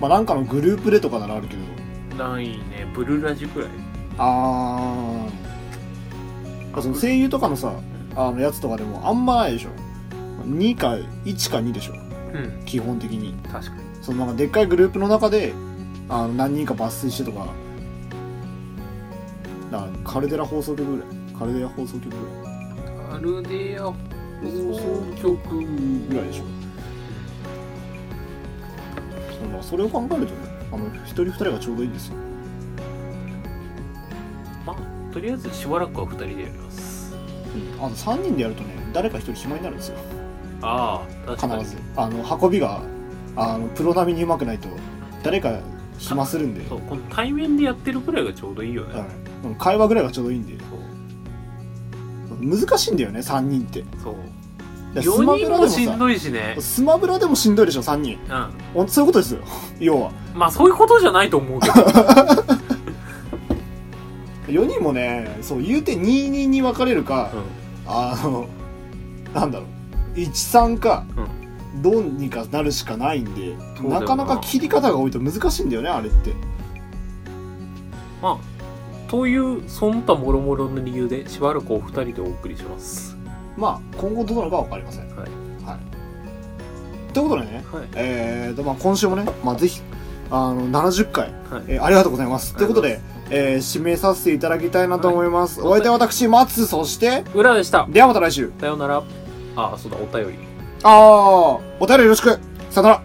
Speaker 2: まあなんかのグループでとかならあるけど
Speaker 1: ないねブルーラジくらい
Speaker 2: あーあその声優とかのさあのやつとかでもあんまないでしょ2か1か2でしょ
Speaker 1: うん
Speaker 2: 基本的に
Speaker 1: 確かに
Speaker 2: そのなんかでっかいグループの中であの何人か抜粋してとかだからカルデラ放送局ぐらいカルデラ放送局ぐら
Speaker 1: ア
Speaker 2: い
Speaker 1: ルデア放送局
Speaker 2: ぐらいでしょそうまあそれを考えるとねあの一人二人がちょうどいいんですよ
Speaker 1: まあとりあえずしばらくは2人でやります
Speaker 2: あと3人でやるとね誰か一人暇になるんですよ
Speaker 1: ああ確かに
Speaker 2: 必ずあの運びがあのプロ並みにうまくないと誰か暇するんで、
Speaker 1: そうこの対面でやってるくらいがちょうどいいよね、
Speaker 2: うん、会話ぐらいがちょうどいいんで難しいんだよね3人って
Speaker 1: そう
Speaker 2: で
Speaker 1: そう
Speaker 2: スマブ
Speaker 1: 4人
Speaker 2: ラで
Speaker 1: もしん
Speaker 2: も
Speaker 1: どいしね
Speaker 2: さスマブラでもしんどいでしょ3人
Speaker 1: うん
Speaker 2: ほんとそういうことですよ 要は
Speaker 1: まあそういうことじゃないと思う けど
Speaker 2: 4人もねそう言うて2人に分かれるか、
Speaker 1: うん
Speaker 2: あの、なんだろう、13か、どうにかなるしかないんで、
Speaker 1: そうだよな
Speaker 2: なかなか切り方が多いと難しいんだよね、あれって。
Speaker 1: まあというその他もろもろの理由でしばらくお二人でお送りします
Speaker 2: まあ、今後どうなるかは分かりません。
Speaker 1: はい
Speaker 2: はい。ということでね、
Speaker 1: はい
Speaker 2: えーと、まあ、今週もね、まあ、ぜひ、あの、70回、
Speaker 1: はい
Speaker 2: えーありがとうございます。
Speaker 1: あ
Speaker 2: とい
Speaker 1: り
Speaker 2: う
Speaker 1: が
Speaker 2: ことと
Speaker 1: うござい
Speaker 2: で、えー締めさせていただきたいなと思います。お相手は私、松、そして、
Speaker 1: 裏でした
Speaker 2: ではまた来週。
Speaker 1: さようならああそうだお便り
Speaker 2: あー、お便りよろしく。さよなら。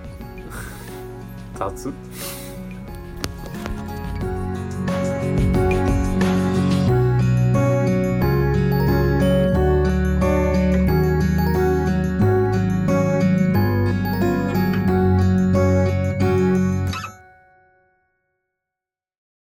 Speaker 1: 雑